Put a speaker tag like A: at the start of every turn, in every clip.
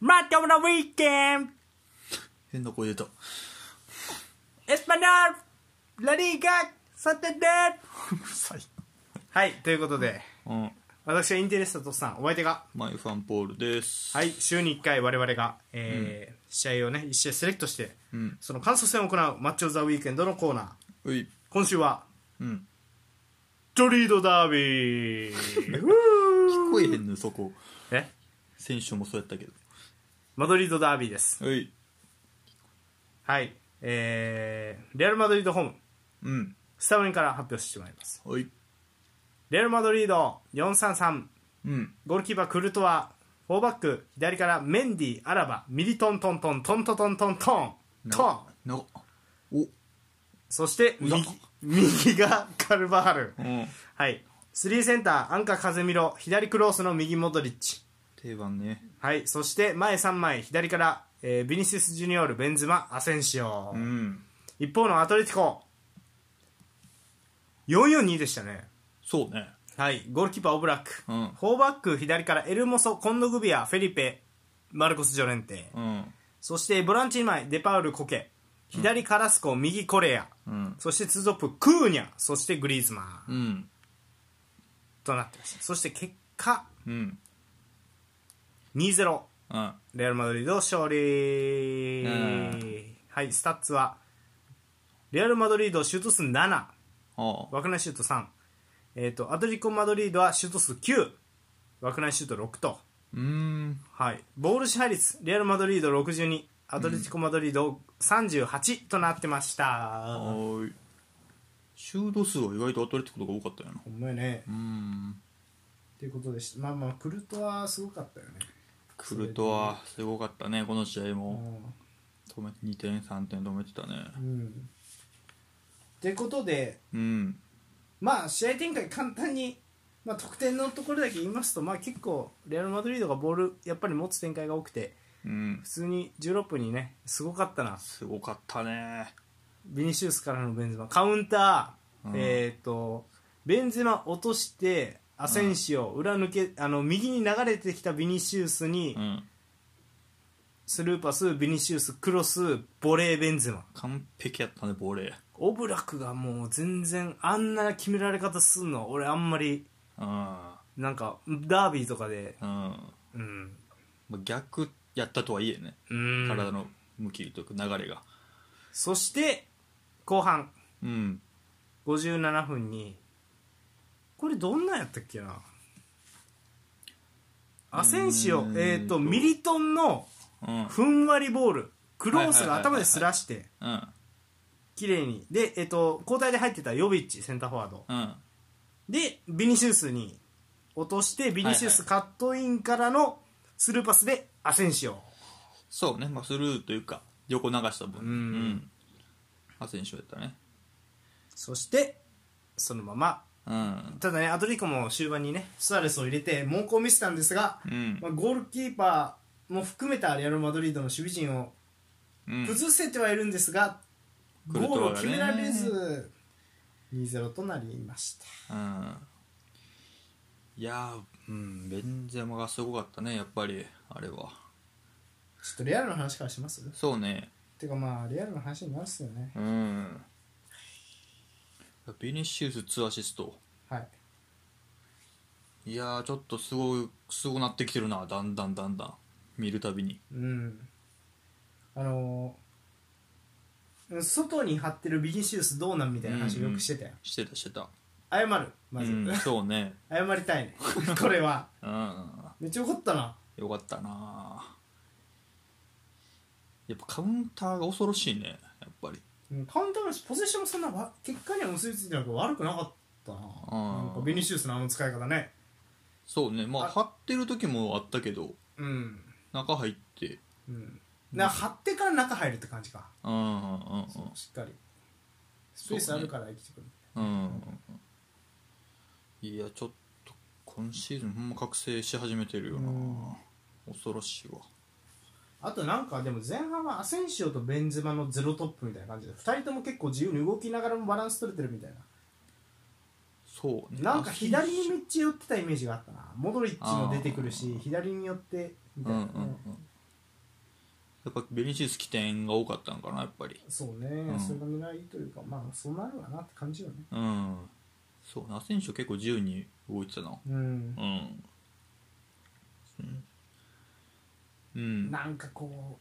A: Más que una weekend.
B: 変な声出た
A: Español. La Liga. Santander.
B: うるさい
A: はい、ということで、
B: うん
A: 私はインテレスタとっさん、お相手が、
B: マイファンポールです
A: はい、週に1回我々が、えー試合をね、1試合セレクトして、
B: うん
A: その感想戦を行うマッチョ・ザ・ウィークエンドのコーナー。
B: うい
A: 今週は、
B: うん
A: トリードダービーふ
B: 聞
A: う
B: こえへんのよそこ
A: え
B: 選手もそうやったけど
A: マドリードダービーです。
B: うい
A: はい。えー、レアル・マドリードホーム、
B: うん
A: スタメンから発表してまいります。
B: うい
A: レアル・マドリード433、
B: うん
A: ゴールキーパークルトワ、4バック、左からメンディ、アラバ、ミリトントントン、トントントントントン、トン。
B: なお
A: そして
B: うざ
A: 右、右がカルバール。
B: うん
A: はい。3センター、アンカーカゼミロ、左クロースの右モドリッチ。
B: 定番ね
A: はい。そして前3枚、左から、えービニシウス・ジュニオール、ベンズマ、アセンシオ。
B: うん
A: 一方のアトレティコ、442でしたね。
B: そうね
A: はい。ゴールキーパー、オブラック。
B: うん
A: 4バック、左からエルモソ、コンドグビア、フェリペ、マルコス・ジョレンテ。
B: うん
A: そしてボランチ2枚デパウル・コケ左カラスコ、右コレア、
B: うん
A: そしてツートップクーニャそしてグリーズマン
B: うん
A: となってましたそして結果
B: うん
A: 2-0
B: あ
A: レアル・マドリード勝利、
B: うん
A: はいスタッツはレアル・マドリードシュート数7
B: あ
A: 枠内シュート3、えー、とアトリコ・マドリードはシュート数9枠内シュート6と、
B: うーん
A: はい、ボール支配率レアル・マドリード62アトレティコ・マドリード38となってました、
B: はーいシュート数は意外とアトレティコとか多かったよな
A: ほんまやね。
B: うーん
A: っていうことでした。まあまあ、クルトワすごかったよね。
B: クルトワすごかったねこの試合も
A: う
B: 止め2点3点止めてたね
A: ん。ってことで、
B: うん
A: まあ、試合展開簡単に、まあ、得点のところだけ言いますと、まあ、結構、レアル・マドリードがボール、やっぱり持つ展開が多くて、
B: うん
A: 普通に16分にね、すごかったな。
B: すごかったね
A: ビニシウスからのベンゼマ。カウンター、
B: うん
A: えっ、と、ベンゼマ落として、アセンシオ、裏抜け、あの、右に流れてきたビニシウスに、
B: うん
A: スルーパス、ビニシウス、クロス、ボレー、ベンゼマ。
B: 完璧やったねボレー
A: オブラクがもう全然あんな決められ方すんの俺あんまり
B: うん
A: なんかダービーとかで
B: うん
A: うん
B: まあ逆やったとはいえね
A: うん
B: 体の向きというか流れが
A: そして後半
B: うん
A: 57分にこれどんなんやったっけなアセンシオ
B: うーん
A: えっ、とミリトンの
B: うん
A: ふんわりボールクロースが
B: はいはいはいはい
A: 頭でスラして
B: うん
A: 綺麗にでえっ、と交代で入ってたヨビッチセンターフォワード
B: うん
A: でビニシウスに落としてビニシウス
B: は
A: カットインからのスルーパスでアセンシオ
B: そうね、まあ、スルーというか横流した分
A: うん
B: アセンションやったね
A: そしてそのまま
B: うん
A: ただねアトリコも終盤にねスアレスを入れて猛攻を見せたんですが、
B: うん
A: まあ、ゴールキーパーも含めたレアル・マドリードの守備陣を
B: うん
A: 崩せてはいるんですが、
B: クルト
A: ゴー
B: ワ
A: ル
B: が
A: を
B: ね
A: 決められず、2-0となりました
B: うんいやーうんベンゼマがすごかったねやっぱりあれは
A: ちょっとレアルの話からします
B: そうね
A: てかまあレアルの話になるっすよね
B: うんビニッシウス2アシスト
A: はい
B: いやーちょっとすごいすごなってきてるなだんだんだんだん見るたびに
A: うんあのーうん外に張ってるビニシウスどうなんみたいな話をよくしてたよ、
B: してたしてた
A: 謝るま
B: う
A: ず、
B: んそうね
A: 謝りた いねこれは
B: うん
A: めっちゃ怒ったな
B: よかったなやっぱカウンターが恐ろしいねやっぱり
A: うんカウンターのポゼッションもそんなわ結果には結びついてなんか悪くなかったな
B: うん
A: なんかビニシウスのあの使い方ね
B: そうねまあ
A: あ
B: 張ってる時もあったけど
A: うん、
B: 中入って
A: うん、な張ってから中入るって感じか
B: うんうん
A: しっかりスペースあるから生きてくる、
B: うんうんうんいやちょっと今シーズンほんま覚醒し始めてるよな
A: うん
B: 恐ろしいわ
A: あとなんかでも前半はアセンシオとベンゼマのゼロトップみたいな感じで2人とも結構自由に動きながらもバランス取れてるみたいな
B: そうね
A: なんか左にめっちゃ寄ってたイメージがあったなモドリッチも出てくるし左に寄ってみ
B: う
A: たい
B: んう
A: な、
B: んうんやっぱベニシウス起点が多かったのかなやっぱり
A: そうね、
B: ん
A: それが狙いというかまあそうなるわなって感じよね
B: うんそうな選手結構自由に動いてたな
A: うん
B: う、んうん、
A: なんかこ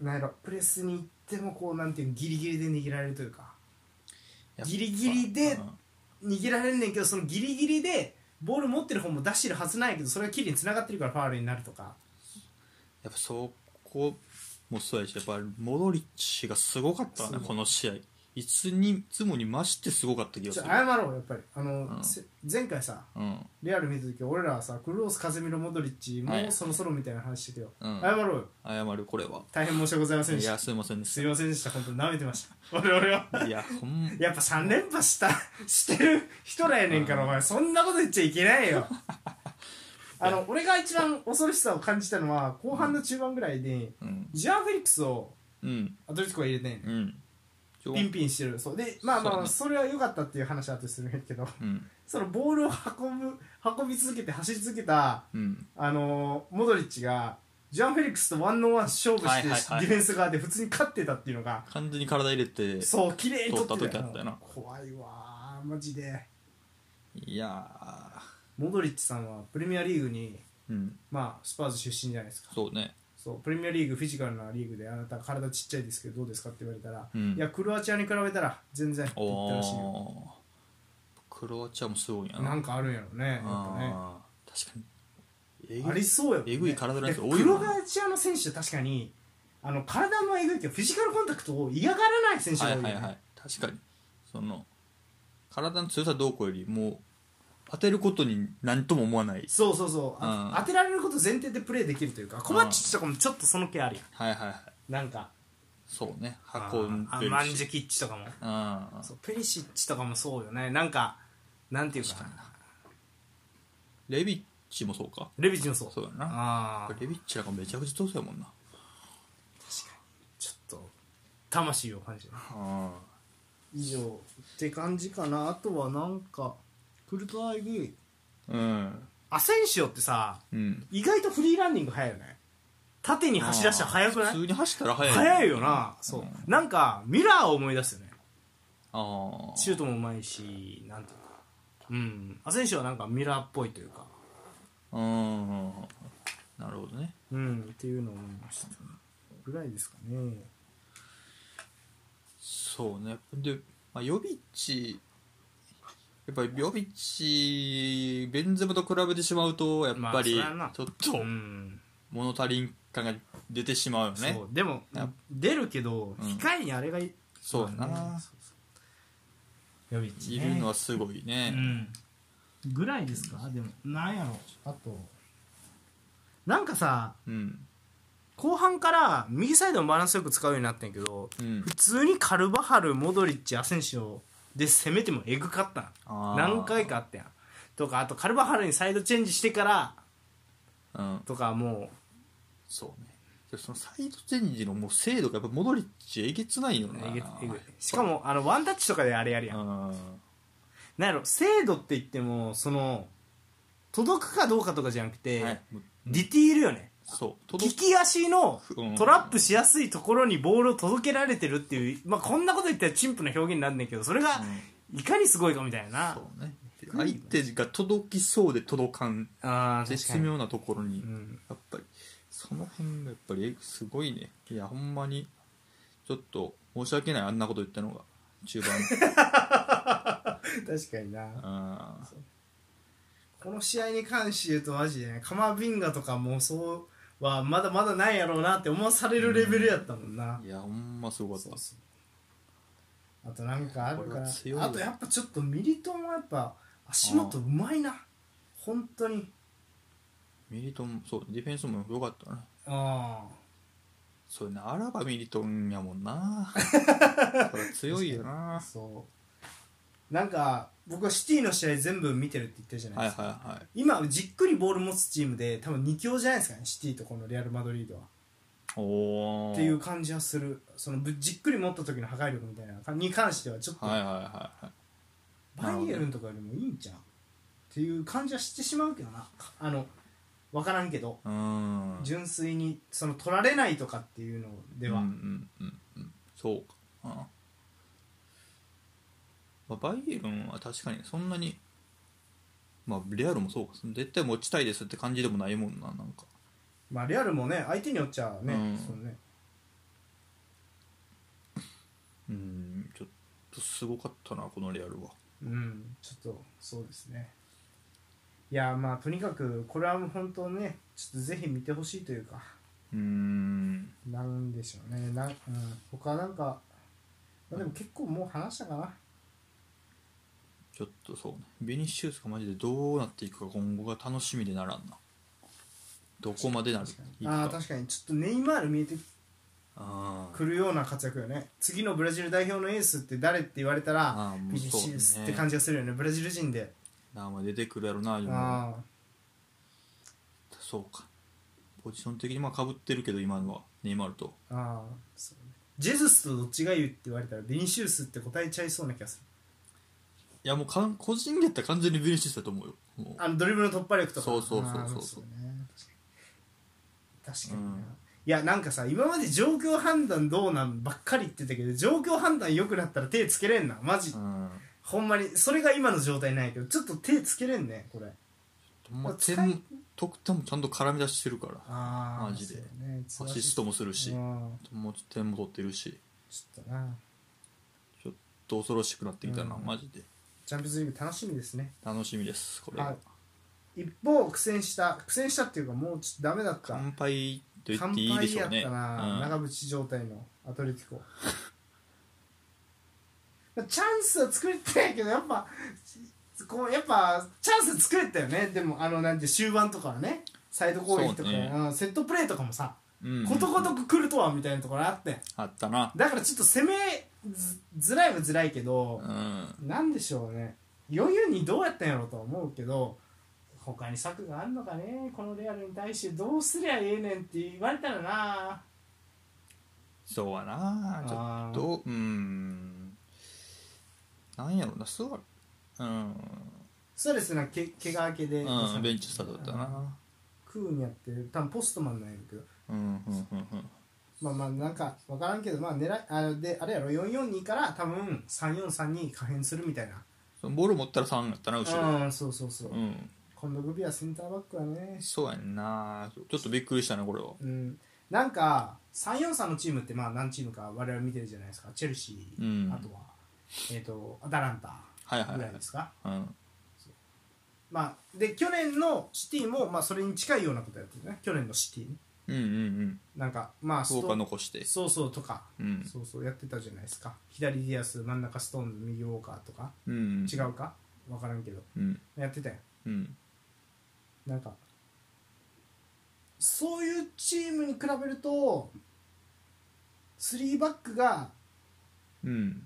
A: うなんやろプレスに行ってもこうなんていうのギリギリで握られるというか
B: やっぱ
A: ギリギリで
B: うん
A: 握られんねんけどそのギリギリでボール持ってる方も出してるはずないけどそれがキリに繋がってるからファウルになるとか
B: やっぱそこもそうやしやっぱモドリッチがすごかった
A: そ
B: ね
A: う
B: この試合いつにいつもに増してすごかった気が
A: ちょ
B: する
A: 謝ろうやっぱりあの、
B: うん
A: せ前回さ
B: うん
A: レアル見た時俺らはさクロースカゼミロモドリッチも
B: は
A: う
B: い
A: そろそろみたいな話してたよ、
B: うん
A: 謝ろうよ
B: 謝るこれは
A: 大変申し訳ございません
B: い
A: でした
B: やすいませんですし
A: いませんでした本当に舐めてました俺俺は
B: たいやほん
A: やっぱ3連覇したしてる人らやねんからお前そんなこと言っちゃいけない よあの俺が一番恐ろしさを感じたのは後半の中盤ぐらいで
B: うん
A: ジョアン・フェリックスを
B: うん
A: アトレティコが入れてんねん
B: うんちょ
A: ピンピンしてるそうでまあまあまあ
B: そ
A: それは良かったっていう話は後でするんやけど
B: うん
A: そのボールを運ぶ運び続けて走り続けた
B: うん
A: あのーモドリッチがジョアン・フェリックスとワンオンワン勝負し
B: はい
A: てデ
B: はいは
A: ィ
B: い
A: フェンス側で普通に勝ってたっていうのが
B: 完全に体入れて
A: そう綺麗に取ってた
B: 取った時あったよな
A: 怖いわーマジで
B: いや
A: モドリッチさんはプレミアリーグに、
B: ーうん
A: まあ、スパーズ出身じゃないですか
B: そうね
A: そうプレミアリーグフィジカルなリーグであなた体ちっちゃいですけどどうですかって言われたら、
B: うん
A: いやクロアチアに比べたら全然って
B: お
A: 言ったらしいよ
B: おークロアチアもすごいんやな
A: なんかあるんやろねやっぱね
B: あー確かにえぐい
A: ありそうよ、ね、
B: えぐい体のやつ多いもん
A: クロアチアの選手確かにあの体もえぐいけどフィジカルコンタクトを嫌がらない選手が
B: は
A: 多い
B: い
A: よ
B: は
A: ね、
B: いはい確かにその体の強さどうこうよりも当てることに何とも思わない
A: そうそうそう、あ
B: うん
A: 当てられること前提でプレーできるというかコマッチとかもちょっとその気あるやん
B: はいはいはい
A: なんか
B: そうね
A: あ
B: 運ん
A: あ
B: で
A: マ
B: る
A: ンジ
B: し
A: ュキッチとかも
B: うん
A: そうペリシッチとかもそうよねなんかなんていうか
B: 確かにレビッチもそうか
A: レビッチもそう
B: そうだな
A: ああ
B: レビッチなんかめちゃくちゃ強そうやもんな
A: ちょっと魂を感じる
B: うん
A: 以上って感じかなあとはなんかクルトワイグ
B: うん
A: アセンシオってさ
B: うん
A: 意外とフリーランニング速いよね縦に走らしたら速くな
B: あー普
A: い
B: 通に走ったら速い
A: 速いよなそう、なんかミラーを思い出すよね
B: ああ
A: シュートもうまいしなんていうかうんアセンシオはなんかミラーっぽいというか
B: うんなるほどね
A: うんっていうのを思いましたぐらいですかね
B: そうねで、まあ、ヨビッチやっぱりヨビッチベンゼマと比べてしまうとやっ
A: まあ
B: ぱ
A: そり
B: り
A: ゃな
B: ちょっ
A: う
B: と
A: ん
B: 物足りん感が出てしまうよね
A: そうでも
B: や
A: 出るけど、
B: うん
A: 控えにあれがい
B: そうやな
A: まあねそうそう予備地ね
B: いるのはすごいうね、
A: んぐらいですかでもなんやろあとなんかさ
B: うん
A: 後半から右サイドをバランスよく使うようになってんけど、
B: うん
A: 普通にカルバハルモドリッチアセンシオで攻めてもえぐかったん
B: あー
A: 何回かあったやんとかあとカルバハルにサイドチェンジしてから
B: うん、
A: とかも
B: そうねでそのサイドチェンジのもう精度がやっぱモドリッチえげつないよ
A: う
B: な
A: えぐえぐいしかもあのワンタッチとかであれやるやん
B: うん
A: なんやろ精度って言ってもその届くかどうかとかじゃなくて、
B: はいもう
A: ディティールよね
B: そう
A: 利
B: 届く
A: き足の
B: うん
A: トラップしやすいところにボールを届けられてるっていう、まあ、こんなこと言ったら陳腐な表現になんねんけどそれがいかにすごいかみたいな、
B: そうね相手が届きそうで届かん
A: ああ確か
B: 絶
A: に、
B: 妙なところに、
A: うん、
B: やっぱりその辺がやっぱりすごいねいやほんまにちょっと申し訳ないあんなこと言ったのが中盤
A: 確かにな
B: あ
A: この試合に関して言うとマジでねカマビンガとかもそうはまだまだないやろうなって思わされるレベルやったもんな、
B: ーいやほんますごかった
A: そうそうあとなんかある
B: こ
A: か
B: れ
A: な
B: は強いよ
A: あとやっぱちょっとミリトンはやっぱ足元うまいな本当に
B: ミリトンそうディフェンスも良かったな
A: ああ
B: そうやなあらばミリトンやも んなそりゃ強いよな
A: そうなんか僕はシティの試合全部見てるって言ったじゃない
B: はい
A: ですか、
B: はいはい
A: 今じっくりボール持つチームで多分2強じゃないですかねシティとこのレアル・マドリードは
B: おお
A: っていう感じはするそのぶじっくり持った時の破壊力みたいなのに関してはちょっと
B: はいはいはいはい
A: バイエルンとかよりもいいんじゃんっていう感じはしてしまうけどなあの分からんけど
B: うん
A: 純粋にその取られないとかっていうのでは、
B: うんうんうんうんそうかな、まあ、バイエルンは確かにそんなにまあレアルもそうか絶対持ちたいですって感じでもないもんななんか
A: まあレアルもね相手によっちゃね,、
B: うん
A: そのね
B: うんちょっとすごかったなこのレアルは
A: うんちょっとそうですねいやまあとにかくこれはもう本当ねちょっとぜひ見てほしいというか
B: うん
A: なんでしょうねな、うん、他なんかまあでも結構もう話したかな
B: ちょっとそうねベニシウスがマジでどうなっていくか今後が楽しみでならんなどこまでなる
A: 確か
B: い
A: に
B: く
A: ああ確かにちょっとネイマール見えて
B: あー
A: くるような活躍よね次のブラジル代表のエースって誰って言われたら
B: あーも
A: ビ
B: う
A: ニシウス
B: そう
A: っ
B: ね
A: て感じがするよねブラジル人で
B: 名前出てくるやろな今
A: ああ
B: そうかポジション的にまあかぶってるけど今のはネイマールと
A: ああそうねジェズスとどっちがいいって言われたらビニシウスって答えちゃいそうな気がする
B: いやもうかん個人でやったら完全にベニシウスだと思うよもう
A: あのドリブルの突破力とか
B: そうそうそうそう
A: あーね確かに確かにな、
B: うん
A: いやなんかさ今まで状況判断どうなんばっかり言ってたけど状況判断良くなったら手つけれんなマジ、
B: うん
A: ほんまにそれが今の状態ないけどちょっと手つけれんねこれ
B: ほんま
A: 使い
B: 点得点もちゃんと絡み出してるから
A: ああ
B: マジで
A: ね、
B: アシス
A: ト
B: トもするし
A: うん
B: もう点も取ってるし
A: ちょっとな
B: ちょっと恐ろしくなってきたな、
A: うん
B: マジで
A: チャンピオンズリーグ楽しみですね
B: 楽しみですこれは、
A: はい一方苦戦した苦戦したっていうかもうちょっとダメだった
B: 乾杯と言っていいでしょう
A: 完敗や
B: ね
A: ったな、
B: うん
A: 長渕状態のアトレティコチャンスは作れたんやけどやっぱこうやっぱチャンス作れたよねでもあのなんて終盤とかはねサイド攻撃とか、
B: そうね
A: うんセットプレーとかもさ、
B: うん
A: ことごとく来るとはみたいなところあって
B: あったな
A: だからちょっと攻めずづらいはづらいけど
B: う、ん
A: なんでしょうね余裕にどうやったんやろうとは思うけど他に策があんのかねこのレアルに対してどうすりゃええねんって言われたらな
B: そうはなちょっ
A: あー
B: とうんなんやろうなすごいうん、
A: そうですねけ怪我明けで、
B: うん、ベンチスタートだったな
A: クーニャって多分ポストマンなんやけど
B: うんうんうんうん
A: まあまあなんか分からんけどまあ狙いあであれやろ442から多分343に可変するみたいな
B: そのボール持ったら3やったな後ろ
A: うんそうそうそう、
B: うん
A: 今度グビはセンターバックはね
B: そうやんなちょっとびっくりしたなこれは
A: うん、なんか343のチームってまあ何チームか我々見てるじゃないですかチェルシー、
B: うん
A: あとは、えー、とアタランタ
B: はいはい
A: ぐ
B: は
A: ら
B: い
A: いですか、
B: うん
A: まあ、で去年のシティも、まあ、それに近いようなことやってるね去年のシティね
B: うんうんうん
A: なんかまあス
B: 福
A: ト
B: 岡残して
A: そうそうとか、
B: うん
A: そうそうやってたじゃないですか左ディアス真ん中ストーンズ右ウォーカーとか
B: うんうん
A: 違うか分からんけど
B: うん
A: やってたよ
B: うん
A: なんかそういうチームに比べると3バックが
B: うん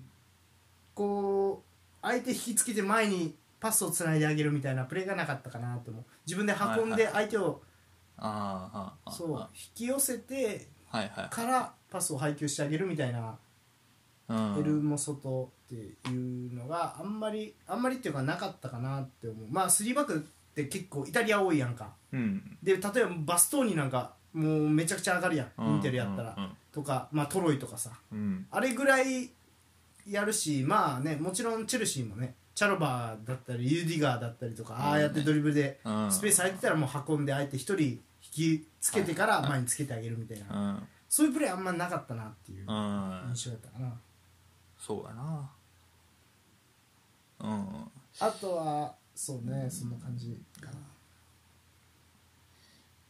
A: こう相手引きつけて前にパスをつないであげるみたいなプレーがなかったかなと思う自分で運ん
B: はいはい
A: で相手を、
B: あーあーあー
A: そう引
B: あ
A: き寄せて
B: ーはいはい
A: からパスを配球してあげるみたいな、
B: うん
A: エルモソトっていうのがあんまりあんまりっていうかなかったかなって思うまあ3バックって結構イタリア多いやんか
B: うん
A: で例えばバストーニなんかもうめちゃくちゃ上がるやん、インテルやったら、
B: うん
A: とか、まあ、トロイとかさ
B: うん
A: あれぐらいやるしまあねもちろんチェルシーもねチャロバーだったりユーディガーだったりとか、ああやってドリブルで
B: うん
A: スペース空いてたらもう運んで相手一人引きつけてから前につけてあげるみたいな、
B: うん
A: そういうプレーあんまなかったなっていう
B: うん
A: 印象だったかな、
B: そうやなうん
A: あとはそうねそんな感じかな、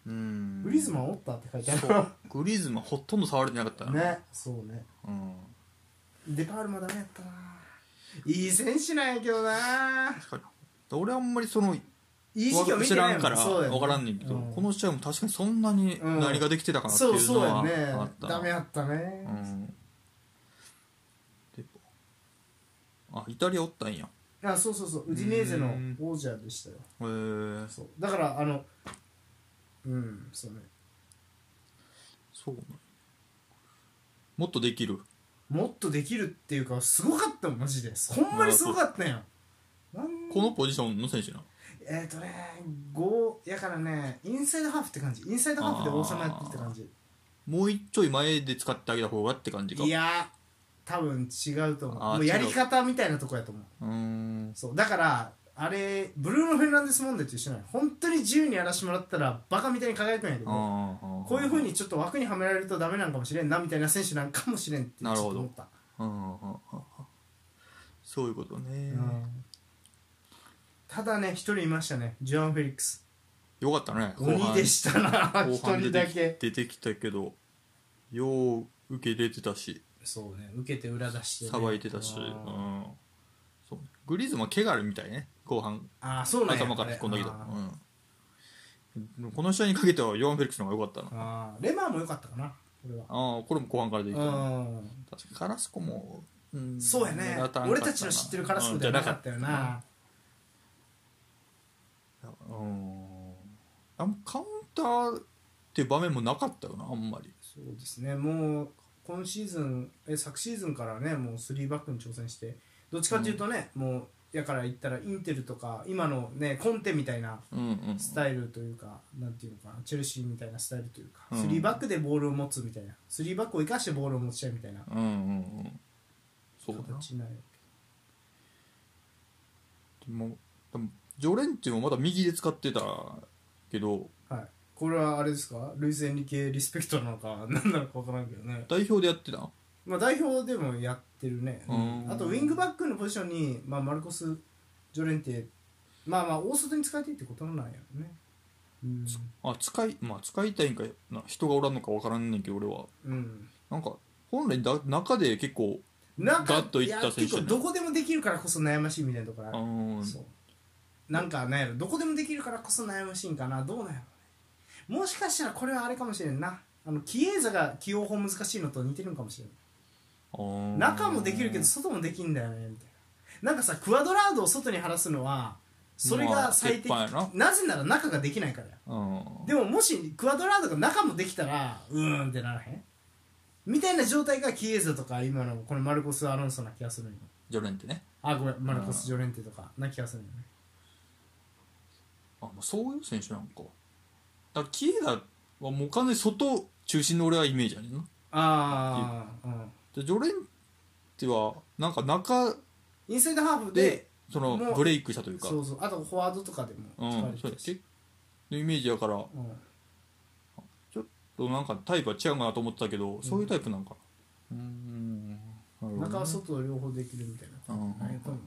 B: うん
A: グリズマンおったって書いて
B: そ
A: あ
B: うグリズマンほとんど触れてなかった
A: る
B: な
A: ねそうね
B: うん
A: デパールもダメやったないい選手なんやけどな
B: 確かに俺あんまりその
A: いい時期を見てないも
B: 知らんから
A: そうだよね
B: 分からんねんけど、
A: うん
B: この試合も確かにそんなに
A: うん
B: 何ができてたかなって
A: そう
B: いうの
A: そうや
B: は
A: ね
B: あったな
A: ダメやったね、
B: うんであイタリアおったんやへ
A: あそうそうそうウディネーゼの王者でしたよ
B: えー、
A: そうだからあのうんそうね
B: そうなんもっとできる
A: もっとできるっていうかすごかったもんマジでほんまにすごかったんやなん
B: このポジションの選手な
A: えっ、とね5やからねインサイドハーフって感じインサイドハーフで王様やってきた感じ
B: もう一ちょい前で使ってあげた方がって感じか
A: いや多分違うと思う
B: あー
A: もうやり方みたいなとこやと思う
B: うーん
A: そうだからあれブルーノ・フェルナンデス問題と一緒なの本当に自由にやらしてもらったらバカみたいに輝くんやけど
B: あー
A: こういうふうにちょっと枠にはめられるとダメなんかもしれんなみたいな選手なんかもしれんってちょっ
B: なる
A: と
B: ほど
A: 思った、
B: うんうんうんうんそういうことね、
A: うんただね一人いましたねジョアン・フェリックス
B: よかったね
A: 鬼でしたな一
B: 後半
A: 人
B: 出
A: だ
B: てき
A: け
B: 出てきたけどよう受け入れてたし
A: そうね受けて裏出してね
B: さばいてたし、う
A: あ
B: んそうグリーズマン怪我あるみたいね後
A: ー
B: 半
A: あーそうなんや
B: 頭か
A: あ
B: ら突
A: れ
B: っ込んだけど
A: あー、
B: うん、この試合にかけてはヨアン・フェリックスの方が良かったなあ
A: あーレマーも良かったかなこれは
B: あこれも後半からでいい確か
A: うん
B: にカラスコも、うん
A: そうやね俺たちの知ってるカラスコではなかったよな、
B: うんあんまカウンターっていう場面もなかったよなあんまり
A: そうですねもう今シーズンえ昨シーズンからねもう3バックに挑戦してどっちかっていうとね、もうやから言ったらインテルとか今のねコンテみたいな
B: うんうん
A: スタイルというか、なんていうのかなチェルシーみたいなスタイルというか、
B: うん
A: 3バックでボールを持つみたいな3バックを生かしてボールを持ちたいみたいな
B: うんうんうんそうだな
A: 形になる
B: でもでもジョレンティもまだ右で使ってたけど
A: はいこれはあれですかルイス・エンリケリスペクトなのか 何なのか分からんけどね
B: 代表でやってた
A: まあ、代表でもやってるね、
B: うん
A: あとウィングバックのポジションに、まあ、マルコス・ジョレンテまあまあ大外に使えていいってことなんやろねうん、
B: あ使いまあ使いたいんかな人がおらんのかわからんねんけど俺は
A: うん、
B: なんか本来だ中で結構
A: なんか
B: ガッといった選手ね
A: いや結構どこでもできるからこそ悩ましいみたいなところあ
B: う
A: る、
B: ん
A: そうなんかなんやろどこでもできるからこそ悩ましいんかなどうなんやろねもしかしたらこれはあれかもしれんなあのキエーザが起用法難しいのと似てるんかもしれん
B: うん
A: 中もできるけど外もできんだよねみたいななんかさクワドラードを外に晴らすのはそれ
B: ま
A: が
B: あ
A: 最適、
B: 鉄板やな
A: なぜなら中ができないからよ
B: うん
A: でももしクワドラードが中もできたらうーんってならへんみたいな状態がキエーザとか今のこのマルコス・アロンソな気がするんよ
B: ジョレンテね
A: あごめんマルコス・ジョレンテとかな気がするんよね
B: あもうそういう選手なんかだからキエラはもう完全に外中心の俺はイメージあるな
A: ああ、うん、
B: でジョレンテはなんか中
A: インサイドハーフで
B: でそ
A: も
B: の
A: う
B: ブレイクしたというか
A: そうそうあとフォワードとかでも使わ
B: うん
A: れ
B: そ
A: て
B: う
A: る
B: や
A: し、
B: けのイメージやから
A: うん
B: なんかタイプは違うかなと思ってたけど、そういうタイプなんかなうんな
A: 中
B: るほど
A: は
B: ね
A: 外両方できるみたいな
B: うんうんうん
A: あれかも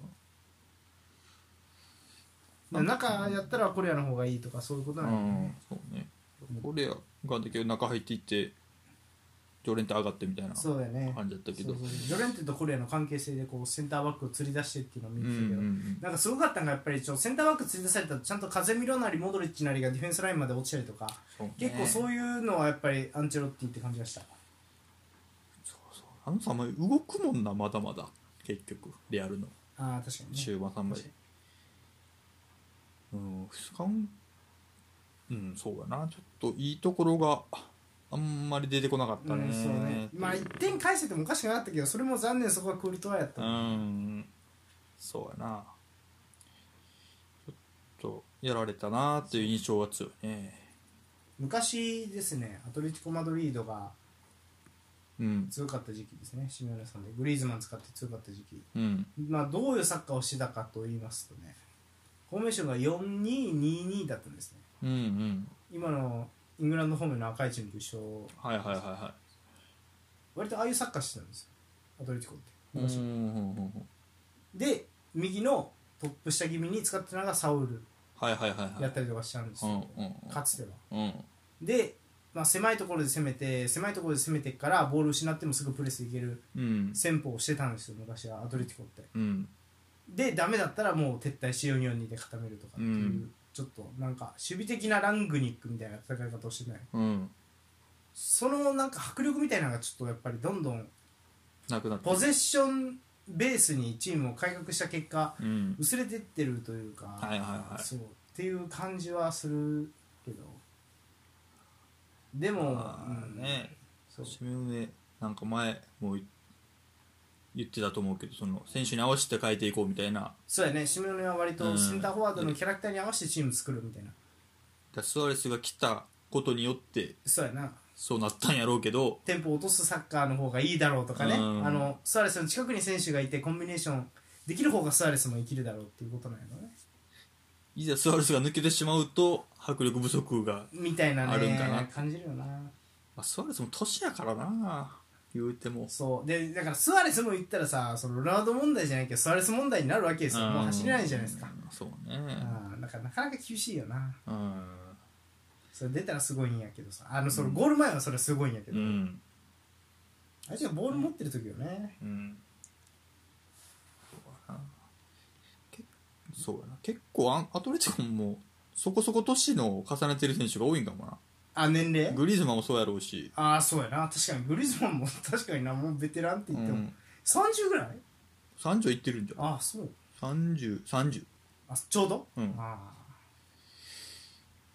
A: だから中やったらコレアの方がいいとかそういうこと
B: う
A: なの、
B: んそうねコレアがだけど中入っていって常連って上がってみたいな感
A: そうだよね
B: じだったけ
A: そ
B: ど
A: うそうジョレンテとコレアの関係性でこうセンターバックを釣り出してっていうのを
B: う
A: 見
B: ん
A: て
B: う
A: たけど、
B: ん
A: なんかすごかったのがやっぱりちょセンターバック釣り出されたらちゃんと風見ろなりモドリッチなりがディフェンスラインまで落ちたりとか、
B: うん
A: 結構
B: うね
A: そういうのはやっぱりアンチェロッティって感じがした
B: あのさんまり動くもんなまだまだ結局レアルの
A: ああ確かにね
B: 終盤3まで
A: 確か
B: うんスカウンうんそうやなちょっといいところがあんまり出てこなかったね
A: うんそうねまあ1点返せてもおかしくなかったけどそれも残念そこはクールトワやった、
B: うんそうやなちょっとやられたなっていう印象は強いね
A: 昔ですねアトレティコ・マドリードが
B: うん
A: 強かった時期ですねシミオレさんでグリーズマン使って強かった時期
B: うん
A: まあどういうサッカーをしてたかと言いますとねフォーメーションが4222だったんですね
B: うんうん
A: 今のイングランド方面の赤いチームと一緒
B: はいはいはいは
A: 割とああいうサッカーしてたんですよアトレティコって
B: い
A: 昔
B: うんうんうんうん
A: で右のトップ下気味に使ってたのがサウル
B: はいはいはいは
A: やっ
B: い
A: たりとかしたんです
B: うん
A: よ、
B: うん
A: かつては
B: うん
A: で、まあ、狭いところで攻めて狭いところで攻めてからボール失ってもすぐプレスいける
B: うん
A: 戦法をしてたんですよ昔はアトレティコって
B: うん
A: でダメだったらもう撤退して442で固めるとかっていう、
B: うん
A: ちょっとなんか守備的なラングニックみたいな戦い方をしてない
B: うん
A: そのなんか迫力みたいなのがちょっとやっぱりどんどん
B: なくなった
A: ポゼッションベースにチームを改革した結果
B: うん
A: 薄れてってるというか、
B: はいはいはい
A: そうっていう感じはするけどでも、
B: まあ
A: うん
B: ね
A: そう
B: シメウネなんか前もうい言ってたと思うけどその選手に合わせて変えていこうみたいなだか
A: そうやねシメオネは割
B: う
A: と
B: ん
A: センターフォワードのキャラクターに合わせてチーム作るみたいな
B: らスアレスが来たことによって
A: そうやな
B: そうなったんやろうけど
A: テンポを落とすサッカーの方がいいだろうとかね、
B: うん
A: あのスアレスの近くに選手がいてコンビネーションできる方がスアレスも生きるだろうっていうことなんやろね
B: いざスアレスが抜けてしまうと迫力不足が、
A: みたいなね
B: あるんかな
A: 感じるよな
B: まあ、スアレスも年やからな言うても
A: そうでだからスアレスも言ったらさそのロナウド問題じゃないけどスアレス問題になるわけですよもう走れないじゃないですか
B: うんそうね
A: うんだからなかなか厳しいよな
B: うん
A: それ出たらすごいんやけどさあのそのゴール前はそれすごいんやけ
B: う
A: ど、
B: ん、
A: あいつがボール持ってる時よね
B: うん、そうやなけそうやな結構アンアトレティコもそこそこ年の重ねてる選手が多いんかもな
A: あ年齢
B: グリーズマンもそうやろうし、
A: ああそうやな確かにグリズマンも確かになもうベテランって
B: う
A: 言っても、
B: ん、
A: 30ぐらい
B: 30いってるんじゃん
A: ああそう
B: 3030
A: あちょうど、
B: うんだか
A: あ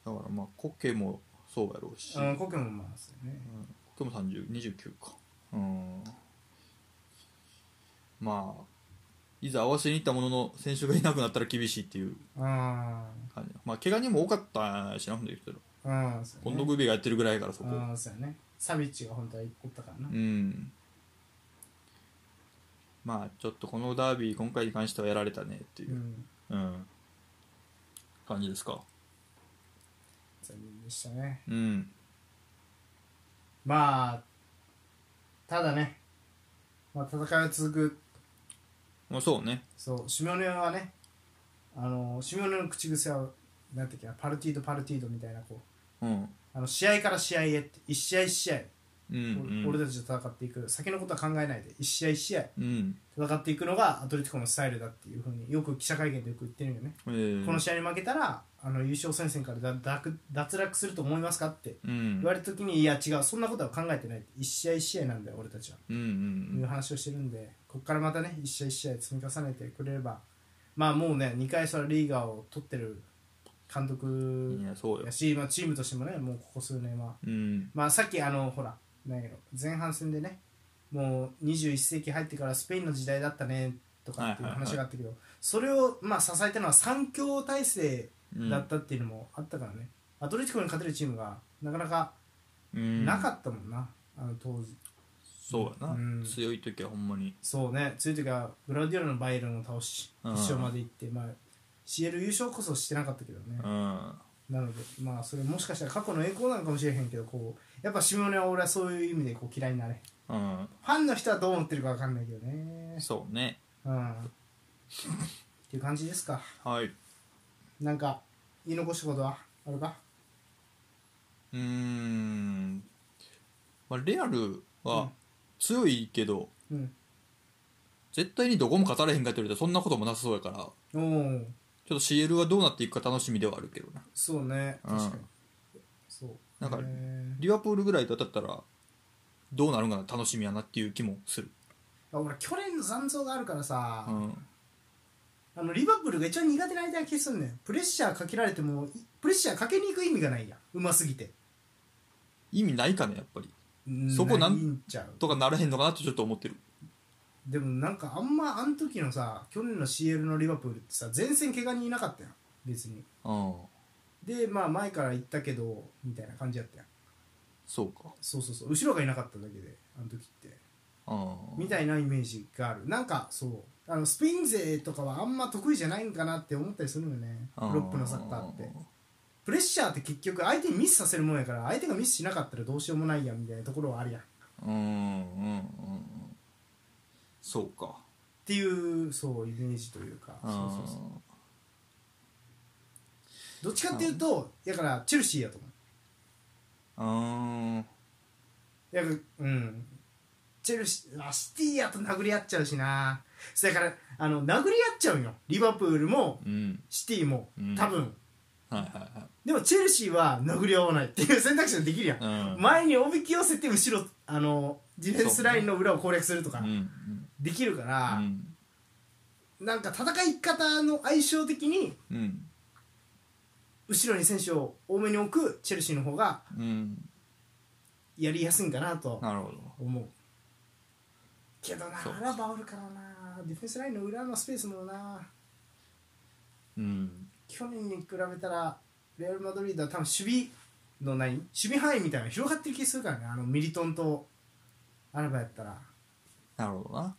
B: らまあコケもそうやろうし、
A: あうんコケもまあそうね
B: 今日も3029かうんまあいざ合わせに行ったものの選手がいなくなったら厳しいっていう
A: うん
B: 感じまあ怪我にも多かったしなほんで言ったら
A: うんそう
B: コ
A: や
B: ンド
A: ね
B: グビがやってるぐらいやからそこ
A: うんそうやねサビッチが本当はおったからな、
B: うんまあちょっとこのダービー今回に関してはやられたねっていう
A: ん
B: う、うん、感じですか
A: 残念でしたね
B: うん
A: まあただね、まあ、戦いは続く
B: まあそうね
A: そうシミオネはねあのシミオネの口癖はなんていうっけなパルティードパルティードみたいなこう
B: うん
A: あの試合から試合へって一試合一試合、
B: うんうん
A: 俺たちと戦っていく先のことは考えないで一試合一試合
B: うん
A: 戦っていくのがアトレティコのスタイルだっていうふうによく記者会見でよく言ってるよね、
B: えー
A: この試合に負けたらあの優勝戦線からだ脱脱落すると思いますかって
B: うん
A: 言われた時にいや違うそんなことは考えてない一試合一試合なんだよ俺たちは
B: うんう
A: いうん話をしてるんでここからまたね一試合一試合積み重ねてくれればまあもうね2回それリーガーを取ってる監
B: うん
A: 督
B: いやそうよ
A: やし、まあ、チームとしてもねもうここ数年は、
B: うん
A: まあ、さっきあのほらなんやろ前半戦でねもう21世紀入ってからスペインの時代だったねとかっていう
B: はいはいはい
A: 話があったけど、それをまあ支えたのは三強体制
B: うん
A: だったっていうのもあったからね、アトレティコに勝てるチームがなかなか
B: うん
A: なかったもんな、あの当時
B: そうやな、
A: うん
B: 強い時はほんまに
A: そうね、強い時はグラウディオラのバイエルンを倒し、
B: う
A: 一
B: ん
A: 勝まで行って、まあ、CL 優勝こそしてなかったけどね、
B: うん
A: なので、まあ、それもしかしたら過去の栄光なのかもしれへんけど、こうやっぱシモネは俺はそういう意味でこう嫌いになれ、
B: うん
A: ファンの人はどう思ってるかわかんないけどね、
B: そうね
A: うん。っていう感じですか、
B: はい
A: なんか言い残したことはあるか、
B: うーん、まあ、レアル
A: う
B: は
A: ん
B: 強いけど、
A: うん、
B: 絶対にどこも勝たれへんかって言われたらそんなこともなさそうやからち
A: お
B: ょ
A: お、
B: っと CL はどうなっていくか楽しみではあるけどな
A: そうね、
B: うん
A: 確かに。そう
B: なんか
A: へー
B: リバプールぐらいと当たったらどうなるんかな楽しみやなっていう気もする
A: 俺、去年の残像があるからさ、
B: うん
A: あのリバプールが一番苦手な相手な気がするねんプレッシャーかけられてもいプレッシャーかけに行く意味がないやんうますぎて
B: 意味ないかねやっぱりそこなん
A: いんちゃう
B: とかならへんのかなってちょっと思ってる
A: でもなんかあんまあん時のさ去年の CL のリバプールってさ前線怪我人いなかったやん別に
B: うん
A: でまあ前から行ったけどみたいな感じやったやん
B: そうか
A: そうそうそう後ろがいなかっただけであの時って
B: うん
A: みたいなイメージがあるなんかそうあのスペイン勢とかはあんま得意じゃないんかなって思ったりするのよね
B: うん
A: ロップのサッカーってプレッシャーって結局相手にミスさせるもんやから相手がミスしなかったらどうしようもないやんみたいなところはあるやんっ
B: うんうんうんうんそうか
A: ていうそうイメージというか
B: う
A: そ
B: ん
A: うそうそうどっちかっていうとだからチェルシーやと思
B: うん
A: うだからうんチェルシーあシティやと殴り合っちゃうしなそれからあの殴り合っちゃうんよリバプールも
B: うん
A: シティも
B: うん
A: 多分、
B: はいはいはい
A: でもチェルシーは殴り合わないっていう 選択肢ができるやん、
B: うん
A: 前におびき寄せて後ろあのディフェンスラインの裏を攻略するとか
B: うんうん
A: できるから、
B: うん
A: なんか戦い方の相性的に
B: うん
A: 後ろに選手を多めに置くチェルシーの方が
B: うん
A: やりやすいんかなと
B: なるほど
A: 思うけどな
B: そう
A: ラバおるからなディフェンスラインの裏のスペースもな
B: うん
A: 去年に比べたらレアル・マドリードは多分守備のない守備範囲みたいなの広がってる気するからねあのミリトンとアラバやったら、
B: なるほどな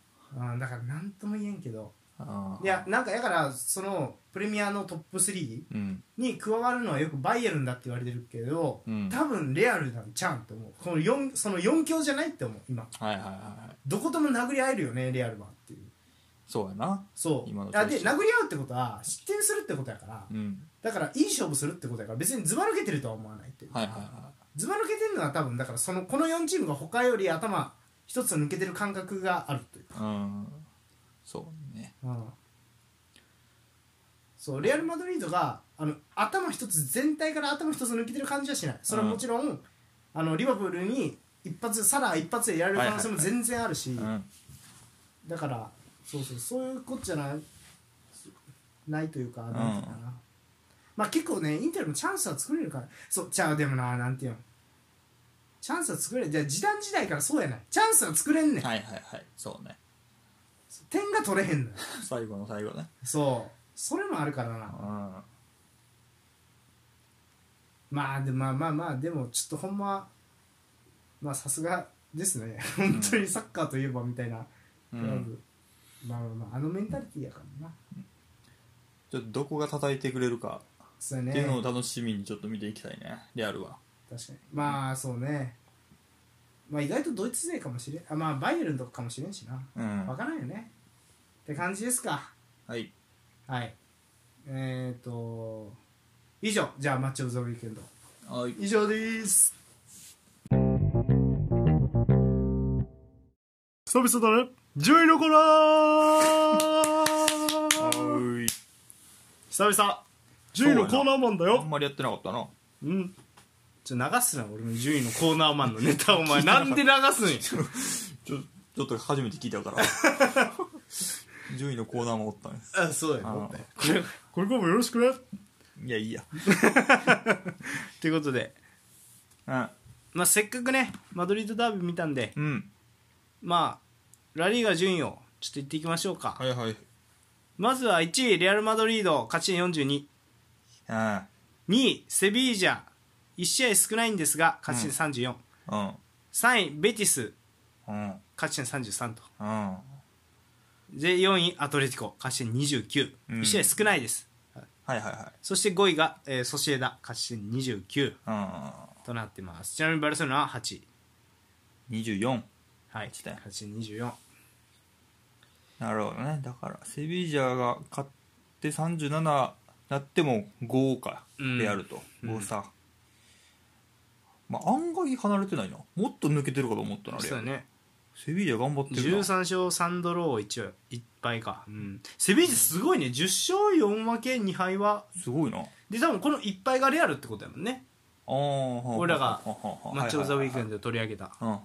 A: うん、だから何とも言えんけど
B: あー
A: いやなんかやからそのプレミアのトップ3
B: うん
A: に加わるのはよくバイエルンだって言われてるけど、
B: うん
A: 多分レアルなんちゃうんと思うこの4その4強じゃないって思う今
B: はいはいはいはい
A: どことも殴り合えるよねレアルはっていう
B: そうやな
A: そう
B: 今の
A: あで
B: 調子
A: 殴り合うってことは失点するってことやから
B: うん
A: だからいい勝負するってことやから別にズバ抜けてるとは思わないっていう、
B: はいはいは
A: ズバ抜けてるのは多分だからそのこの4チームが他より頭一つ抜けてる感覚があるというか、
B: いうんそうね
A: うん、そうレアル・マドリードがあの頭一つ全体から頭一つ抜けてる感じはしないそれはもちろん、あのリバプールに一発サラー一発でやられる可能性も全然あるし、
B: うん
A: だからそうそうそういうことじゃないないというかなんていうかな、まあ結構ねインテルもチャンスは作れるからそうじゃあでもななんていうのチャンスは作れるじゃあ時短時代からそうやないチャンスは作れんねん
B: はいはいはいそうね
A: 点が取れへんのよ
B: 最後の最後ね
A: そうそれもあるから
B: う
A: なんまあでまあまあまあでもちょっとほんままあさすがですね本当にサッカーといえばみたいな、
B: う
A: クラ
B: ん
A: ブまあまあまああのメンタリティやからな
B: ちょっとどこが叩いてくれるか
A: そうやね
B: っていうのを楽しみにちょっと見ていきたいねリアルは
A: 確かにまあそうねまあ意外とドイツ勢かもしれんあまあバイエルンとかかもしれんしな
B: うん
A: わからんよねって感じですか
B: はい
A: はいえっ、ー、と以上じゃあマッチオブザウィークエンド
B: はい
A: 以上です久々だね10位のコーナー
B: はい
A: 久々
B: 10位のコーナ
A: ーマンだ
B: あんまりやってなかったな
A: うんちょ流すな俺の10位のコーナーマンのネタお前なんで流すんや
B: ちょちょっと初めて聞いたから 10位のコーナーもおったね
A: あそうや
B: あの
A: これこれからもよろしくね
B: いやいいや
A: ということで、
B: うん
A: まあ、せっかくねマドリードダービー見たんで
B: うん
A: まあラリーガ順位をちょっと言っていきましょうか
B: いはい
A: まずは1位レアル・マドリード勝ち点422
B: うん
A: 位セビージャ1試合少ないんですが勝ち点34、
B: うん
A: 3位ベティス
B: うん
A: 勝ち点33と
B: うん
A: で4位アトレティコ勝ち点291、
B: うん
A: 一試合少ないです
B: はいはいはい
A: そして5位が、えーソシエダ勝ち点29
B: う
A: となってますちなみにバルセロナは8位
B: ん24
A: はい
B: 勝ち点
A: 勝ち点24
B: なるほどねだからセビージャが勝って37なっても5か
A: うん
B: であると、
A: うん
B: 5差、まあ、案外離れてないなもっと抜けてるかと思ったなあれ
A: そうだね
B: セビージャ頑張ってるな
A: 13勝3ドロー1敗か、うん、セビージャすごいね10勝4分け2敗は
B: すごいな
A: で多分この1敗がレアルってことやもんね俺
B: 俺
A: らがマッチ・オブ・ザ・ウィークエンドで取り上げた
B: うんうんうん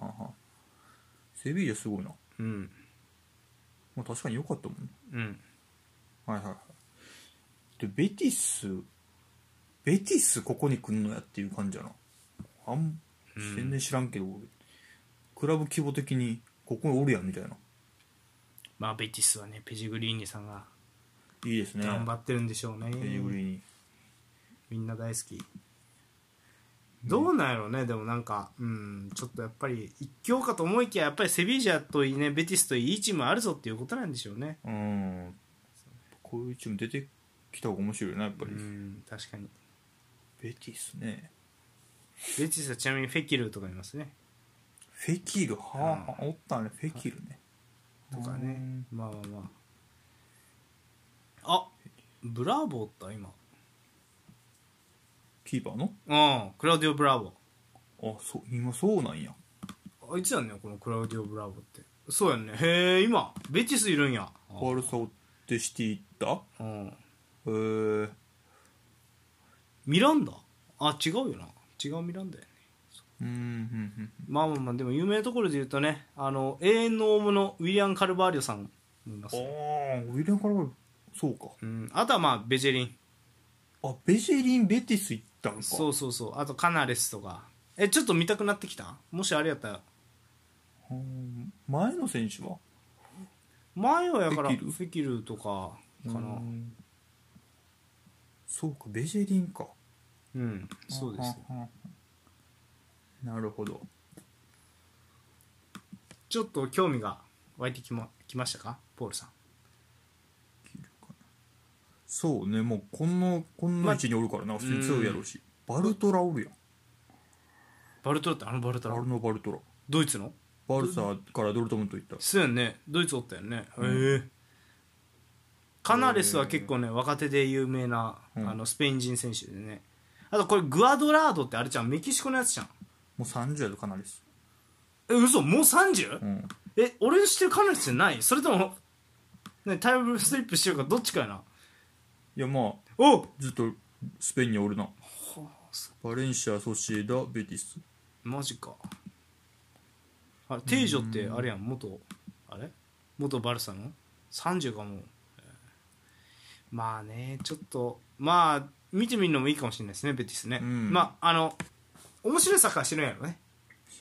B: セビージャすごいな、
A: うん
B: まあ、確かに良かったもんね
A: うん
B: はいはいはいでベティスベティスここに来んのやっていう感じやなあん
A: うん
B: 全然知らんけど、俺クラブ規模的にここにおるやんみたいな
A: まあベティスはねペジグリーニさんが
B: いいですね
A: 頑張ってるんでしょうね、
B: ペリグリーに
A: みんな大好きどうなんやろうねでもなんかうんちょっとやっぱり一強かと思いきややっぱりセビージャといいねベティスといいいいチームあるぞっていうことなんでしょうね
B: うんこういうチーム出てきた方が面白いよなやっぱ
A: う
B: り、
A: ん確かに
B: ベティスね
A: ベティスはちなみにフェキルとかいますね
B: フェキルはあ、おったねフェキルね
A: とかねまあまあまああブラボーった今
B: キーパーの
A: うんクラウディオ・ブラボ
B: あそう今そうなんや
A: ーあいつやんねこのクラウディオ・ブラボーってそうやんねへえ今ベティスいるんや
B: バルサオってシティ行った
A: うん
B: へえ
A: ミランダあ違うよな違うミランダやね
B: うんうん
A: まあまあまあでも有名なところで言うとねあの永遠の大物ウィリアン・カルバーリョさんもいます、
B: うんああウィリアンカラバルそうか
A: うん、あとはまあベジェリン
B: あベジェリン・ベティス行ったんか
A: そううそうそうあとカナレスとかえちょっと見たくなってきたもしあれやったら
B: ん前の選手は
A: 前はやから
B: フ
A: フ
B: ェキル
A: ェキルとかかな
B: う
A: ん
B: そうかベジェリンか
A: うんそうですよ
B: はんはんはんなるほど
A: ちょっと興味が湧いてきまきましたかポールさん
B: 切るかなそうねもうこんなこんな位置におるからな、普通に強いやろうしバルトラおるやん
A: バルトラってあのバルト
B: あ
A: ラ
B: れのバルトラ
A: ドイツの
B: バルサーからドルトムント行った
A: そうやんねドイツおったよね、へえカナレスは結構ね若手で有名な、
B: うん
A: あのスペイン人選手でねあとこれグアドラードってあれじゃんメキシコのやつじゃん
B: もう30やとかなりです
A: え嘘もう 30?、
B: うん
A: え俺の知ってるカナレスじゃないそれとも、ね、タイムスリップしてるかどっちかやない
B: やまあ
A: おう
B: ずっとスペインにおるな
A: はあそ
B: バレンシアソシエダベティス
A: マジかあれテイジョってあれやん元あれ元バルサの30かもうえーまあねちょっとまあ見てみるのもいいかもしれないですねベティスね、
B: うん
A: まああの面白いサッカーしてるんやろね